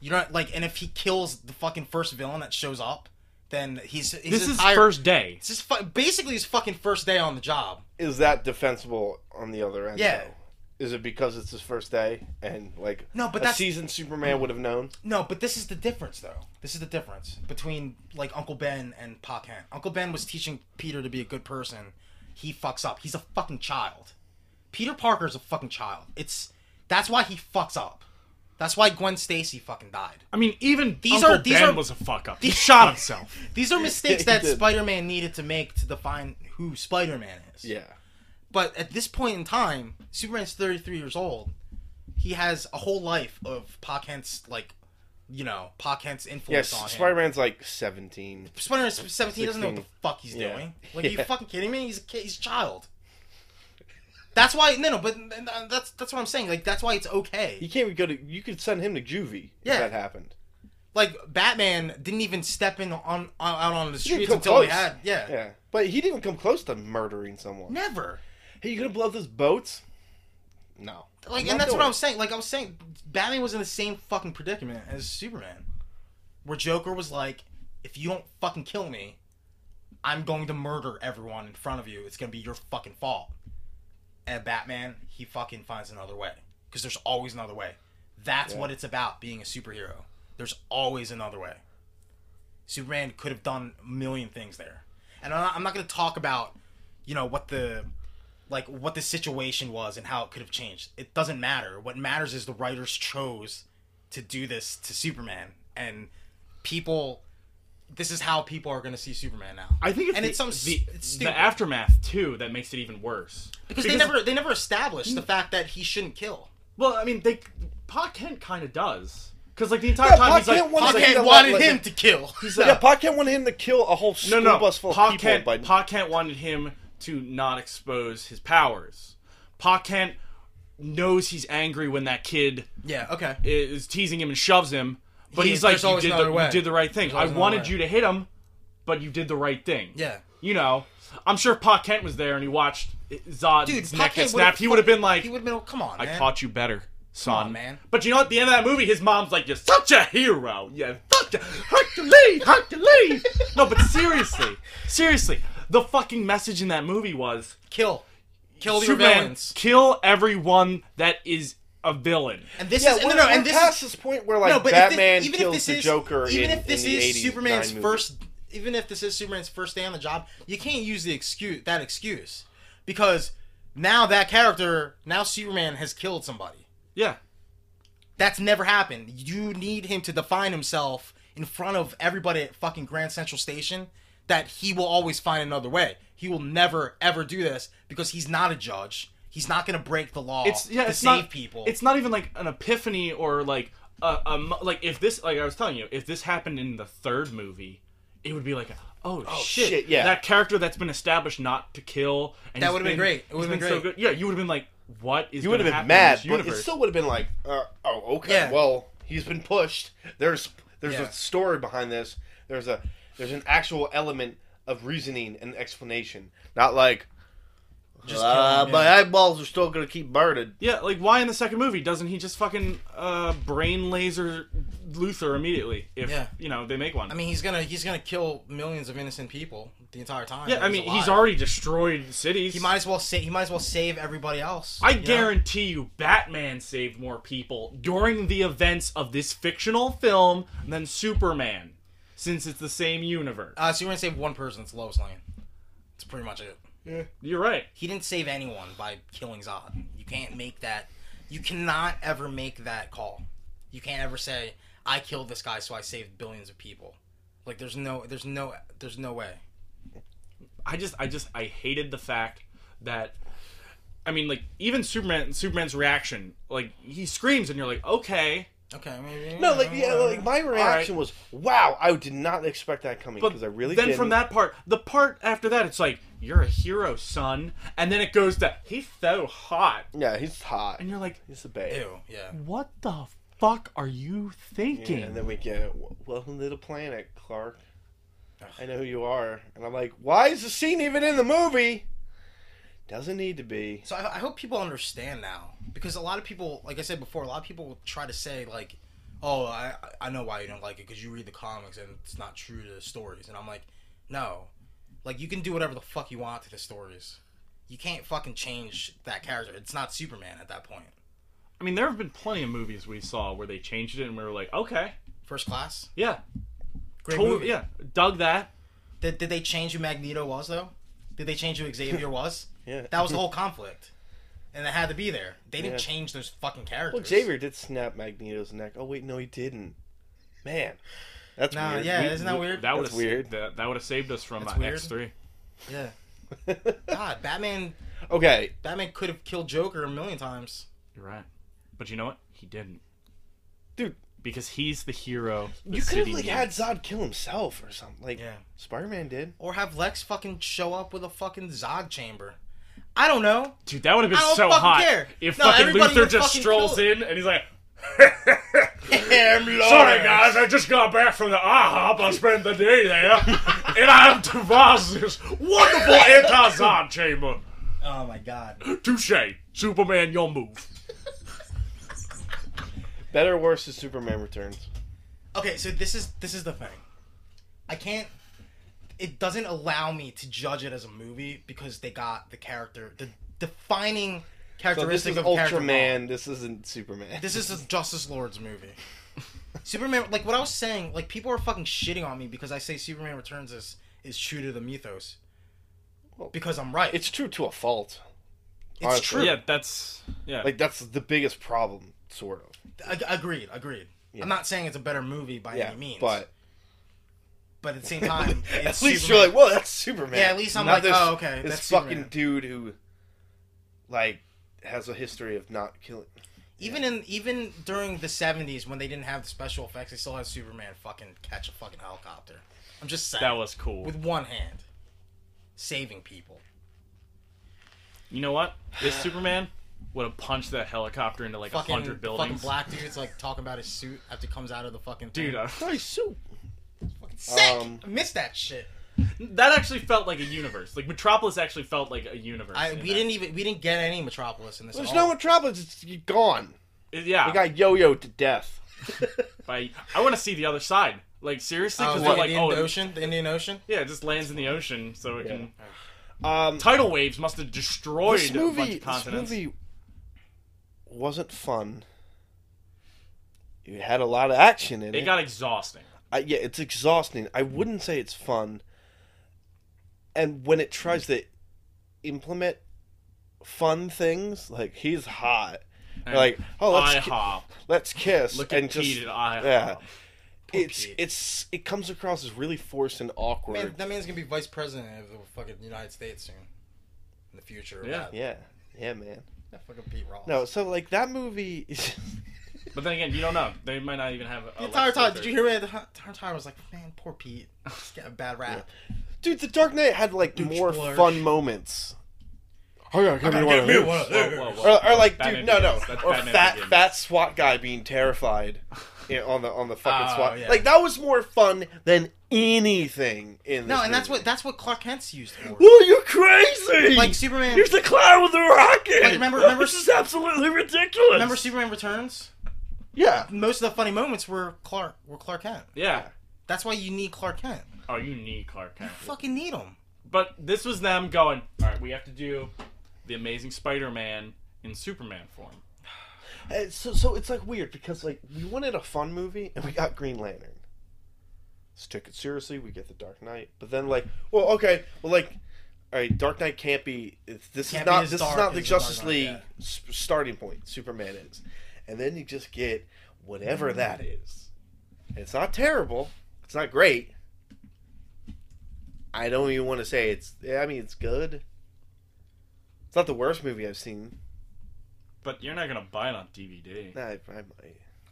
You know, like, and if he kills the fucking first villain that shows up, then he's, he's
This is
entire-
first day.
This is fu- basically his fucking first day on the job.
Is that defensible on the other end?
Yeah.
though? Is it because it's his first day and like
No, but
a
that's-
seasoned Superman would have known?
No, but this is the difference, though. This is the difference between like Uncle Ben and Pa Kent. Uncle Ben was teaching Peter to be a good person. He fucks up. He's a fucking child. Peter Parker's a fucking child. It's that's why he fucks up. That's why Gwen Stacy fucking died.
I mean, even
These
Uncle
are- these
ben
are-
was a fuck up. He shot himself.
These are mistakes
Yeah, he
that
did.
Spider-Man needed to make to define who Spider-Man is.
Yeah.
But at this point in time, Superman's 33 years old. He has a whole life of Pa Kent's like, you know, Pa Kent's influence
Yes.
on him.
Spider Man's like seventeen.
Spider-Man's 17 doesn't know what the
16.
fuck he's
Yeah.
doing. Like, are you
Yeah.
fucking kidding me? He's a kid. He's a child. That's why no no, but uh, that's that's what I'm saying. Like that's why it's okay.
You can't even go to. You could send him to juvie
Yeah.
if that happened.
Like Batman didn't even step in on, on out on the
He didn't
streets
come
until he
close.
had yeah
Yeah, but he didn't come close to murdering someone.
never.
Hey, you gonna blow up those boats? No.
Like,
I'm not
and that's
doing
what I
it.
was saying. Like, I was saying, Batman was in the same fucking predicament as Superman, where Joker was like, "If you don't fucking kill me, I'm going to murder everyone in front of you. It's gonna be your fucking fault." And Batman, he fucking finds another way because there's always another way. That's
Yeah.
what it's about being a superhero. There's always another way. Superman could have done a million things there, and I'm not, I'm not gonna talk about, you know, what the like what the situation was and how it could have changed. It doesn't matter. What matters is the writers chose to do this to Superman and people this is how people are going to see Superman now.
I think it's
And
the,
it's some s-
the,
it's
the
stupid.
aftermath too that makes it even worse.
because, they never they never established the fact that he shouldn't kill.
Well, I mean, they Pa Kent kind of does because like the entire
Yeah,
time
Pa
he's like,
Kent wants-
I
He's like,
can't
"No,
wanted
like-
him to kill.
he's uh,
Yeah,
like,
Pa Kent wanted him to kill a whole school
no, no,
bus full
Pa
of people.
Kent,
by...
Pa Kent wanted him to not expose his powers. Pa Kent knows he's angry when that kid
Yeah, okay.
is teasing him and shoves him, but
He-
he's like,
there's
you
always
did,
another
the,
way.
you did the right thing. I
always another
wanted
way."
you to hit him, but you did the right thing.
Yeah.
You know, I'm sure Pa Kent was there and he watched Zod's
Dude,
neck get
Pocket
snapped. He would have been like,
he would have been, come on,
I
man.
caught you better, son.
on, man.
But you know, at the end of that movie, his mom's like, "You're such a hero. Yeah, such a Hercules, Hercules." no, but seriously, seriously, the fucking message in that movie was
kill, kill the
Superman,
villains.
kill everyone that is a villain.
And this
Yeah,
is
we're,
no, no,
we're
and this is
past this point where like
no, but if
Batman
this, even if
kills
this
the
is,
Joker
even
in,
if this
in the
is
80s
Superman's
nine movie.
first, even if this is Superman's first day on the job, you can't use the excuse that excuse because now that character, now Superman has killed somebody.
Yeah,
That's never happened. You need him to define himself in front of everybody at fucking Grand Central Station that he will always find another way. He will never ever do this because he's not a judge. He's not going to break the law
it's yeah,
to
it's
save
not
people.
It's not even like an epiphany or like a, a mo- like if this like I was telling you, if this happened in the third movie, it would be like. Oh, shit.
shit, yeah.
That character that's been established not to kill. And
That
he's
would've been great. It
he's
would've been
so
great.
good. Yeah, you would have been like, "What is?"
you
would
would have been
mad,
mad, but it still would have been like, uh, oh, okay,
Yeah.
well, he's been pushed. There's there's
Yeah.
a story behind this. There's a there's an actual element of reasoning and explanation, not like
Just
"Uh,
kill him,
my
yeah."
eyeballs are still gonna keep burning.
Yeah, like why in the second movie doesn't he just fucking uh, brain laser Luther immediately? If
Yeah.
you know they make one.
I mean, he's gonna he's gonna kill millions of innocent people the entire time.
yeah,
that
I mean he's
alive.
already destroyed cities.
He might as well save. He might as well save everybody else.
I
you know?
guarantee you, Batman saved more people during the events of this fictional film than Superman, since it's the same universe.
Uh, so you want to save one person? It's Lois Lane. That's pretty much it.
You're right.
He didn't save anyone by killing Zod. You can't make that. You cannot ever make that call. You can't ever say I killed this guy, so I saved billions of people. Like there's no, there's no, there's no way.
I just, I just, I hated the fact that, I mean, like even Superman, Superman's reaction, like he screams, and you're like, okay,
Okay, I mean,
No, like yeah, like my reaction was, wow, I did not expect that coming
But
because I really
then
didn't.
from that part, the part after that, it's like you're a hero, son, and then it goes to he's so hot,
yeah, he's hot.
and you're like,
He's a babe.
Ew, yeah.
what the fuck are you thinking?
And then we get "W- welcome to the planet, Clark. I know who you are, and I'm like, why is the scene even in the movie? Doesn't need to be.
So I, I hope people understand now, because a lot of people, like I said before, a lot of people try to say like, "Oh, I I know why you don't like it because you read the comics and it's not true to the stories." And I'm like, no, like you can do whatever the fuck you want to the stories. You can't fucking change that character. It's not Superman at that point.
I mean, there have been plenty of movies we saw where they changed it, and we were like, okay,
First Class,
yeah,
great
totally-
movie.
yeah, dug that.
Did, did they change who Magneto was though? Did they change who Xavier was?
Yeah.
That was the whole conflict, and it had to be there. They didn't
Yeah.
change those fucking characters.
Well, Xavier did snap Magneto's neck. Oh wait, no, he didn't. Man, that's
Nah,
weird.
yeah, isn't that weird?
That would
That's weird.
That, that would have saved us from
That's
uh,
weird.
X three.
Yeah.
that weird?
God, Batman
okay,
Batman could have killed Joker a million times.
You're right, but you know what? He didn't,
Dude.
because he's the hero. The
you could have
city
like
needs.
had Zod kill himself or something. Like
Yeah.
Spider-Man did.
Or have Lex fucking show up with a fucking Zod chamber. I don't know.
Dude, that would have
I
been
don't
so
fucking
hot
care.
if
No,
fucking
everybody
Luther
would
just
fucking
strolls
kill
in and he's like,
Damn
"Sorry guys, I just got back from the IHOP. I spent the day there, and I have devised this wonderful anti-Zod chamber.
Oh my god.
Touche. Superman, your move.
Better or worse is Superman Returns.
Okay, so this is this is the thing. I can't. It doesn't allow me to judge it as a movie because they got the character, the defining
So this
characteristic
is
of character wrong.
Ultraman. This isn't Superman.
This is a Justice Lords movie. Superman, like what I was saying, like people are fucking shitting on me because I say Superman Returns is is true to the mythos.
Well,
Because I'm right. It's,
It's true to a fault. honestly.
true.
Yeah, that's yeah.
Like that's the biggest problem, sort of.
Ag- agreed. Agreed.
Yeah.
I'm not saying it's a better movie by
Yeah,
any means,
but
but at the same time,
at
it's
least
Superman.
you're like, well, that's Superman.
Yeah, at least I'm
Not
like, oh, okay,
This
that's
fucking
Superman.
dude who, like, has a history of not killing.
Even in even during the seventies when they didn't have the special effects, they still had Superman fucking catch a fucking helicopter. I'm just saying
that was cool.
with one hand. Saving people.
You know what? This Superman would have punched that helicopter into like a
Fucking, fucking
hundred buildings.
black dudes like talking about his suit after it comes out of the fucking thing.
Dude, uh,
Nice suit.
Sick!
Um,
I missed that shit.
that actually felt like a universe. Like Metropolis actually felt like a universe.
I
in
we
that.
didn't even we didn't get any Metropolis in this.
There's
at
no
all.
Metropolis. It's you're gone.
It- Yeah,
They got yo-yo to death.
by, I want to see the other side. Like seriously,
Oh,
because
the
they're like,
Indian
oh,
Ocean, the Indian Ocean.
yeah, it just lands in the ocean, so it can.
Um,
Tidal waves must have destroyed
this
a bunch
movie,
of
this
continents.
movie wasn't fun. It had a lot of action in it.
it got exhausting.
I, yeah, it's exhausting. I wouldn't say it's fun. And when it tries to implement fun things, like he's hot,
And
like oh let's ki-
IHOP.
let's kiss
Look
and
at
just
Pete at IHOP.
yeah, it's
Pete.
it's it comes across as really forced and awkward.
Man, that man's gonna be vice president of the fucking United States soon. In the future.
Yeah.
That,
yeah, yeah, man.
that fucking Pete Ross.
No, so like that movie. Is,
But then again, you don't know. They might not even have a
The entire time, did you hear me? The entire time, I was like, man, poor Pete. He's got a bad rap.
dude, The Dark Knight had like
Douche
more
blurs.
fun moments. Oh yeah, give
I
me
gotta
one
get
of
me
these.
one of
Whoa,
those.
whoa, whoa.
or, or like,
Batman
dude, no, no,
Begins. That's
or
Batman
fat,
Begins.
fat SWAT guy being terrified in, on the on the fucking
Oh,
SWAT.
yeah.
Like that was more fun than anything in this
No, and that's
movie.
what that's what Clark Kent's used for.
Whoa, you're crazy!
Like Superman.
here's the clown with the rocket.
Like, remember- remember-
this is absolutely ridiculous.
Remember Superman Returns?
yeah,
Most of the funny moments were Clark were Clark Kent.
Yeah.
That's why you need Clark Kent.
Oh, you need Clark Kent.
Fucking need him.
But this was them going, all right, we have to do the Amazing Spider-Man in Superman form.
And Uh, so so it's like weird because like we wanted a fun movie and we got Green Lantern. Let's take it seriously. We get the Dark Knight, but then like, well, okay, well, like, all right, Dark Knight can't be. It's, this
Can't
is
be
not
as
this is
dark
not the
as the Dark
Justice
Knight,
League
yeah.
s starting point. Superman is, and then you just get whatever that is. And it's not terrible. It's not great. I don't even want to say it's. I mean, it's good. It's not the worst movie I've seen.
But you're not gonna buy it on DVD.
I, I might.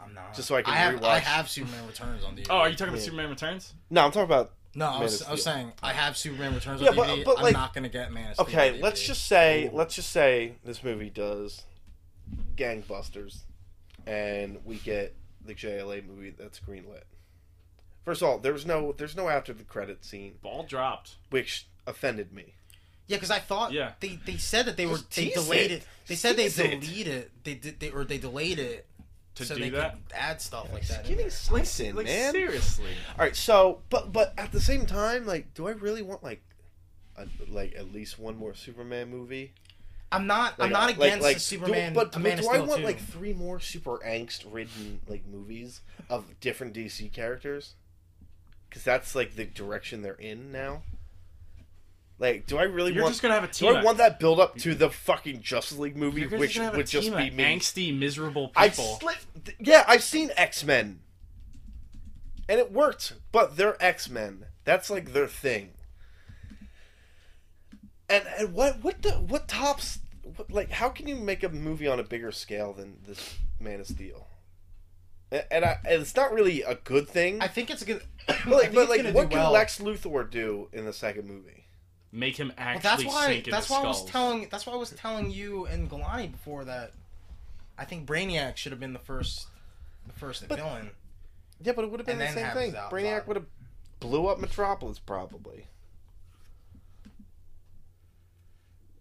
I'm not.
Just so I can
I have,
rewatch.
I have Superman Returns on DVD.
Oh, are you talking about
Yeah.
Superman Returns?
No, I'm talking about
no, I
Man
was,
of
I was
Steel.
saying I have Superman Returns
Yeah,
on
but-
DVD.
but, like-
I'm not gonna get Man of Steel
Okay,
on
let's
DVD.
just say let's just say this movie does gangbusters, and we get the JLA movie that's greenlit. First of all, there was no there's no after the credit scene,
Ball dropped.
which offended me.
Yeah, because I thought
Yeah.
they they said that they were
Just
they
tease
delayed
it.
it. They said they
Tease it.
deleted it. They did they or they delayed it
To
so
do
they
that?
could add stuff like that. in
Skinny
there.
slicing,
Like
man.
seriously.
All right, so but but at the same time, like, do I really want like, a, like at least one more Superman movie?
I'm not. I'm
Like, uh,
not
like-
against
like,
the
do-
Superman.
but
a
but
Man
do
of
I
Steel
want
too.
like three more super angst ridden like movies of different DC characters? Because that's like the direction they're in now. Like, do I really
You're
want?
just gonna have a
do
team.
I want that build up to the fucking Justice League movie,
You're just
which
gonna have a
would just
team
be
of
me?
angsty, miserable
I've
people.
sli- yeah, I've seen X Men, and it worked. But they're X Men. That's like their thing. And and what what the what tops what, like how can you make a movie on a bigger scale than this Man of Steel? A- And, I, and it's not really a good thing.
I think it's a good.
but like, but
it's
like
gonna
what
do
can
well.
Lex Luthor do in the second movie?
Make him
Well,
actually
that's why.
sink in
That's
the
why I was
skulls.
telling. That's why I was telling you and Galani before that. I think Brainiac should have been the first, the first
But-
villain.
Yeah, but it would have
And
been the
then
same
have
thing.
Zod-
Brainiac
Zod.
would have blew up Metropolis probably.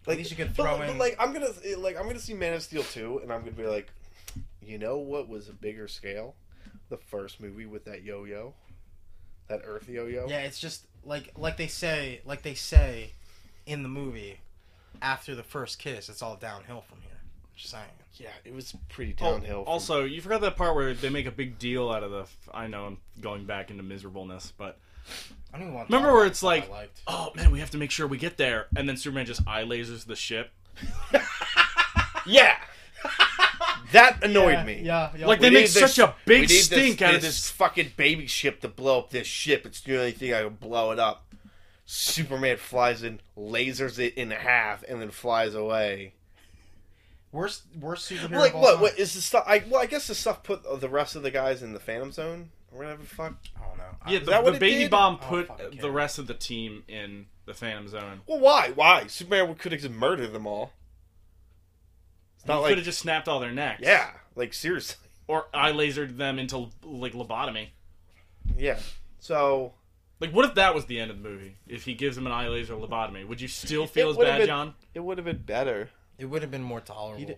At
Like,
least you can
but-
throw
but,
in.
like I'm gonna like I'm gonna see Man of Steel two, and I'm gonna be like, you know what was a bigger scale? The first movie with that yo-yo, that Earth yo-yo.
yeah, it's just like like they say like they say in the movie after the first kiss, it's all downhill from here. Just saying.
Yeah, it was pretty
Oh,
Al-
downhill. from-
Also, you forgot that part where they make a big deal out of the. f- I know I'm going back into miserableness, but
I don't even want. to
remember
talk
where
about
it's
what
like,
I liked.
oh man, we have to make sure we get there, and then Superman just eye lasers the ship.
yeah, that annoyed
yeah,
me.
Yeah, yeah.
Like,
we-
they make such a big
we need this-
stink out of
this
this-
fucking baby ship to blow up this ship. It's the only thing I can blow it up. Superman flies in, lasers it in half, and then flies away.
worst worst superhero.
Well, like
of all
what?
time.
What is the stuff? I well, I guess the stuff put the rest of the guys in the Phantom Zone or whatever. the Fuck.
I don't know.
Yeah,
I-
Is
the,
that what
the
it
baby
did? Oh,
bomb
I don't
put
fucking
the
care.
rest of the team in the Phantom Zone.
Well, why? Why Superman could have just murdered them all. It's not
he
like
could have just snapped all their necks.
yeah, like seriously,
Or eye lasered them into like lobotomy.
yeah. So
Like, what if that was the end of the movie? If he gives him an eye laser lobotomy, would you still feel
It
as
would've
bad,
been-
John?
it would have been better.
it would have been more tolerable.
did-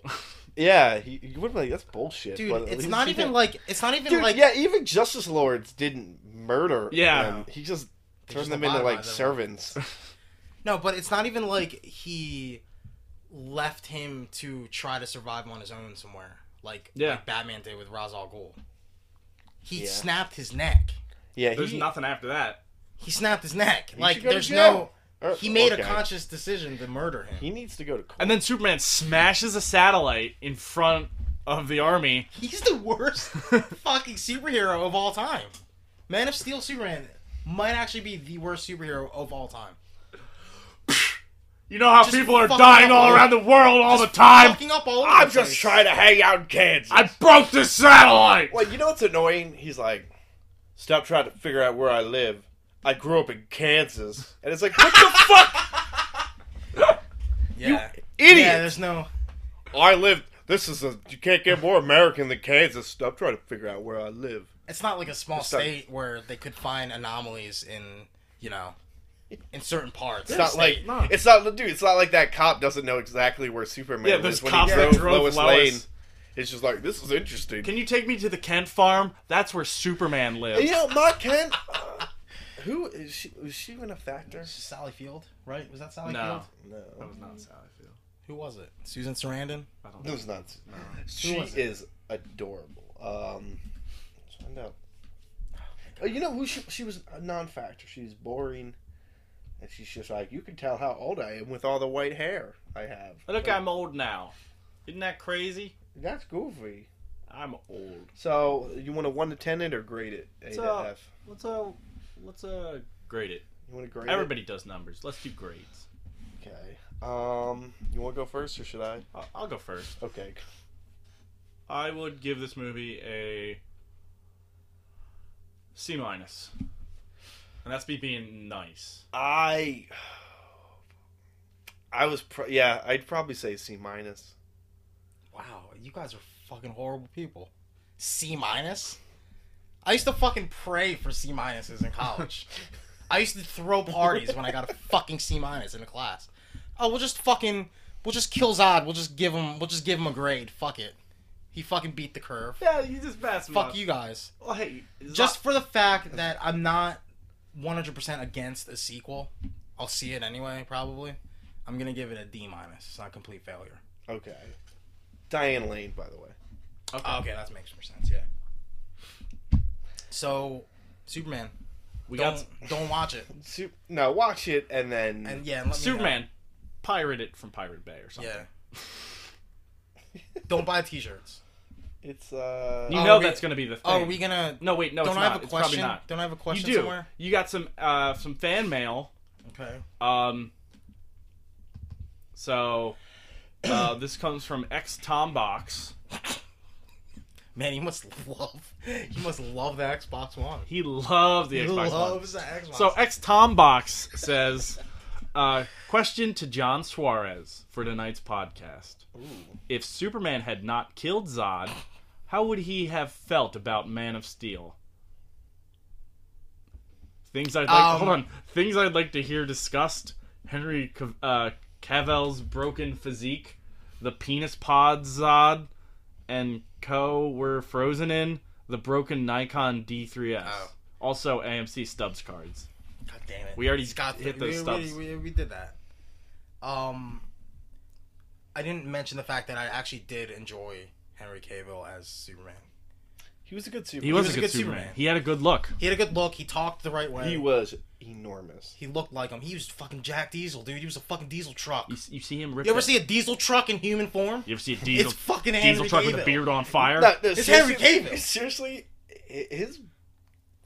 Yeah, he, he would have been like that's bullshit.
Dude,
but at
it's
least
not
he
even
didn't-
like it's not even
Dude,
like
yeah, even Justice Lords didn't murder.
Yeah.
them. he just
They
turned
just
them into
lobotomized
like
them.
servants.
No, but it's not even like he left him to try to survive on his own somewhere, like
Yeah.
like Batman did with Ra's al Ghul. He
Yeah.
snapped his neck.
Yeah,
There's
he,
nothing after that.
He snapped his neck.
He
like
should go to
there's no.
jail. or-
He made
okay.
a conscious decision to murder him.
He needs to go to court.
And then Superman smashes a satellite in front of the army.
He's the worst fucking superhero of all time. Man of Steel Superman might actually be the worst superhero of all time.
You know how
Just
people are
fucking
dying
up
all
all-
around the world all the time.
Fucking up all over
I'm
the
just
place.
trying to hang out in Kansas.
I broke this satellite.
Well, you know what's annoying? He's like, stop trying to figure out where I live. I grew up in Kansas, and it's like, what the fuck,
Yeah.
idiot!
yeah, there's no.
I live. This is a. You can't get more American than Kansas. Stop trying to figure out where I live.
it's not like a small
It's not-
state where they could find anomalies in you know in certain parts.
It's not like.
no.
It's not, dude. It's not like that cop doesn't know exactly where Superman
Yeah,
was
those
when
cops
he
that
drove,
drove
Lois,
Lois.
Lane. It's just like this is interesting.
Can you take me to the Kent farm? That's where Superman lives.
you know, Ma Kent. Uh, who is she? Was she in a factor?
Sally Field, right? Was that Sally
No.
Field?
No,
That was not Sally Field.
Who was it? Susan Sarandon.
I don't
it
know.
was not.
Who
She
was it?
is adorable. Um, let's find out. Uh, you know who she, she was a non-factor. She's boring, and she's just like you can tell how old I am with all the white hair I have.
Look,
Like,
I'm old now. Isn't that crazy?
that's goofy.
I'm old.
So you want a one to ten it or grade it? A
It's
to
a-
F.
Let's uh, let's uh, grade it.
You want to grade
Everybody does numbers. Let's do grades.
it? Okay. Um, you want to go first or should I?
I'll, I'll go first.
Okay.
I would give this movie a C minus, and that's me being nice.
I. I was pro- yeah. I'd probably say C minus.
Wow, you guys are fucking horrible people. C minus. I used to fucking pray for C minuses in college. I used to throw parties when I got a fucking C minus in a class. Oh, we'll just fucking we'll just kill Zod. We'll just give him we'll just give him a grade. Fuck it. He fucking beat the curve.
Yeah, you just passed
Fuck you guys.
Well, hey,
just for the fact that I'm not 100% against a sequel, I'll see it anyway. Probably, I'm gonna give it a D minus. It's not a complete failure.
Okay. Diane Lane, by the way.
Oh, okay, that makes more sense. Yeah. So, Superman,
we
don't
got
don't watch it.
Sup- no, watch it and then
And yeah, and let me know.
Superman. Pirate it from Pirate Bay or something.
Yeah. don't buy T-shirts.
it's uh
You
Oh,
know
we-
that's gonna be the thing.
Oh, are we gonna?
No, wait, no,
don't
it's
I have
not.
a
It's probably
question?
not.
Don't I have a
You
question
do.
somewhere?
You got some uh, some fan mail.
Okay.
Um, so uh, this comes from X Tombox.
Man, you must love you must love the Xbox One.
He loved the
He
Xbox One.
loves the Xbox.
So ex Tombox says, uh, question to John Suarez for tonight's podcast:
ooh.
If Superman had not killed Zod, how would he have felt about Man of Steel? Things I'd like.
Um,
hold on. Things I'd like to hear discussed. Henry Cav- uh, Cavell's broken physique, the penis pod Zod, and Co were frozen in the broken Nikon D3S.
Oh.
Also AMC Stubbs cards.
God damn it.
We already
Scott
hit those
we,
stubs.
We, we, we did that. Um, I didn't mention the fact that I actually did enjoy Henry Cavill as Superman.
He was a good Superman.
He was, a good, Superman.
Superman.
He had a good look.
He had a good look. He talked the right way.
He was enormous.
He looked like him. He was fucking Jack Diesel, dude. He was a fucking diesel truck.
You,
You,
s- you see him rip.
ever
that-
see a diesel truck in human form?
You ever see a diesel?
it's fucking Henry
diesel truck with a
Cavill.
beard on fire.
No, uh, no,
It's
seriously-
Henry Cavill.
Seriously, i- his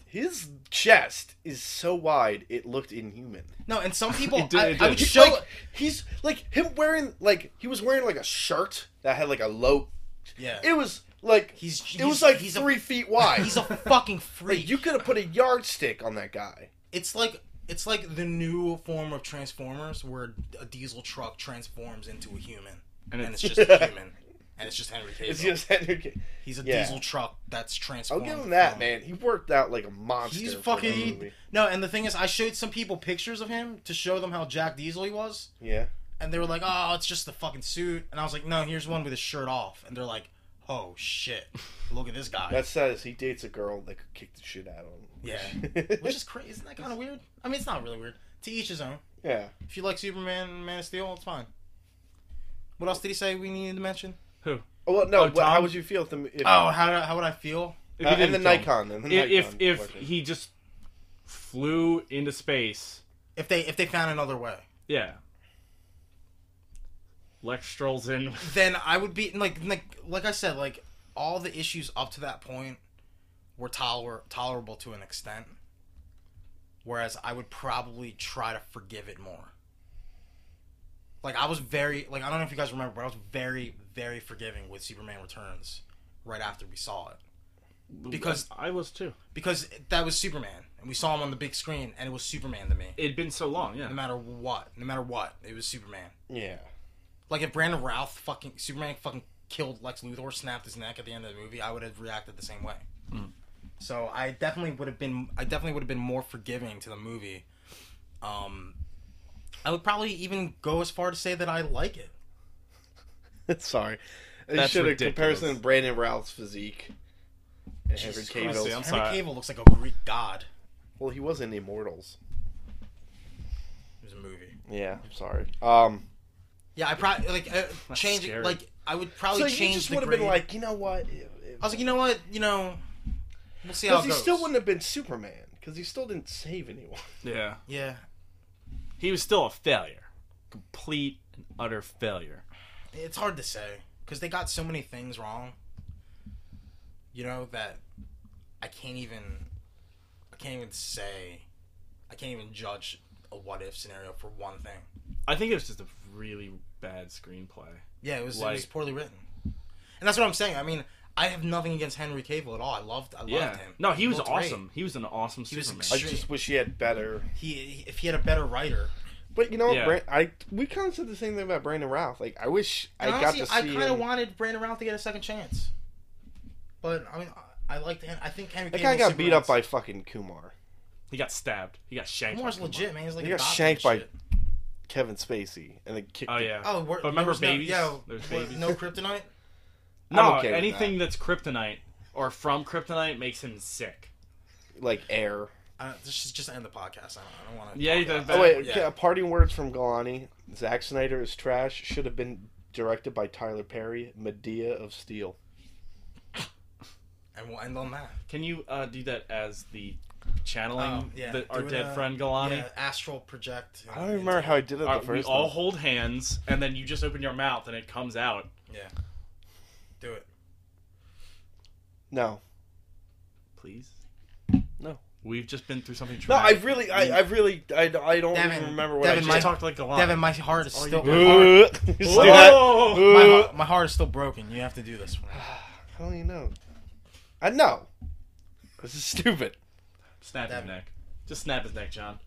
his chest is so wide it looked inhuman.
No, and some people,
It did-
I,
it
I
did.
would
He's
show.
like, he's like him wearing like he was wearing like a shirt that had like a low.
yeah,
It was like
He's-
it
he's-
was like
he's a-
three feet wide.
he's a fucking freak.
like, you could have put a yardstick on that guy.
it's like it's like the new form of Transformers, where a diesel truck transforms into a human,
And
and,
it's-
it's just a human, and it's just Henry Cavill.
It's just Henry. Ca-
He's a
Yeah.
diesel truck that's
I'll
transformed.
give him that,
from-
man. He worked out like a monster.
He's
for that
fucking
movie.
no. And the thing is, I showed some people pictures of him to show them how Jack Diesel he was,
Yeah.
and they were like, "Oh, it's just the fucking suit." And I was like, "No, here's one with his shirt off." And they're like, "Oh shit, look at this guy."
That says he dates a girl that could kick the shit out of him. Yeah.
Which is crazy. Isn't that kind of weird? I mean, it's not really weird. To each his own.
yeah.
If you like Superman and Man of Steel, it's fine. What else did he say we needed to mention?
Oh, Well, no.
Oh,
what, how
Tom?
would you feel if the if,
Oh, how, how would I feel?
If
uh,
he
and the
didn't kill him.
Nikon and the
If if,
Nikon
if
question.
he just flew into space,
If they if they found another way,
yeah. Lex strolls in.
then I would be like like like I said like all the issues up to that point were toler- tolerable to an extent, whereas I would probably try to forgive it more. Like I was very like I don't know if you guys remember, but I was very very forgiving with Superman Returns right after we saw it. Because-
I was too.
because that was Superman, and we saw him on the big screen, and it was Superman to me.
It'd been so long, yeah.
No matter what, no matter what, it was Superman.
yeah.
Like if Brandon Routh fucking Superman fucking killed Lex Luthor, snapped his neck at the end of the movie, I would have reacted the same way.
Mm.
So I definitely would have been, I definitely would have been more forgiving to the movie. Um, I would probably even go as far to say that I like it.
Sorry. They
That's
should have
ridiculous.
comparison of Brandon Routh's physique. and Henry
Jesus Christ,
Cavill's.
Henry
I'm sorry.
Cavill looks like a Greek god.
Well, he was in Immortals.
It was a movie.
Yeah, I'm sorry. Um,
Yeah, I probably like uh, change
scary.
like I would
so
probably
you
change
just
the
would have
grade.
been like, you know what? If, if,
I was like, you know what, you know, we'll see how
because
it
he
goes.
still wouldn't have been Superman because he still didn't save anyone.
Yeah.
Yeah,
He was still a failure. Complete and utter failure.
it's hard to say because they got so many things wrong. You know that I can't even, I can't even say, I can't even judge a what if scenario for one thing.
I think it was just a really bad screenplay.
Yeah, it was it was
Like-
poorly written, and that's what I'm saying. I mean, I have nothing against Henry Cavill at all. I loved, I loved
Yeah.
him.
No, he was
looked great.
awesome. He was an awesome
was
Superman.
I
extreme-
just wish he had better.
He, he- if he had a better writer,
But you know,
Yeah.
what, Bran- I we kind of said the same thing about Brandon Routh. Like, I wish I
And honestly,
got to
I
see
kind of
him.
wanted Brandon Routh to get a second chance, but I mean, I, I liked. Hen- I think Henry.
that guy
Cavill's
got beat up
Superman's-
by fucking Kumar,
he got stabbed. He got shanked.
Moore's
Come on.
legit, man. He's like
He
a
got
doctor and
shanked by-
shit.
Kevin Spacey, and then kicked.
Oh
him.
yeah.
Oh, we're,
But remember
there was no-
babies?
yeah,
There's
we're-
babies.
No kryptonite.
no,
I'm okay with
anything that's kryptonite or from kryptonite makes him sick.
like air.
Uh, this is just end the podcast. I don't, I don't want to.
Yeah, you did
about
bad.
it.
Oh wait,
Yeah.
okay, parting words from Galani. Zack Snyder is trash. Should have been directed by Tyler Perry. Medea of Steel.
and we'll end on that.
Can you uh, do that as the channeling
Um, yeah,
the, our
do it,
dead
uh,
friend Galani?
Yeah, astral project.
I don't even remember how I did it
All
the
right, we
first
all
time.
hold hands, and then you just open your mouth, and it comes out.
Yeah. Do it.
No,
Please.
No.
We've just been through something
no, I
traumatic.
really, I, I really, I, I don't
Devin,
even remember what
Devin,
just
my-
talked like Galani.
Devin, my heart is
all you
still.
got.
My heart,
I did. You see that?
Whoa!
my,
Uh,
heart- my heart is still broken. You have to do this. one.
How do you know? I know. This is stupid.
Snap his
Devin.
neck. Just snap his neck, John.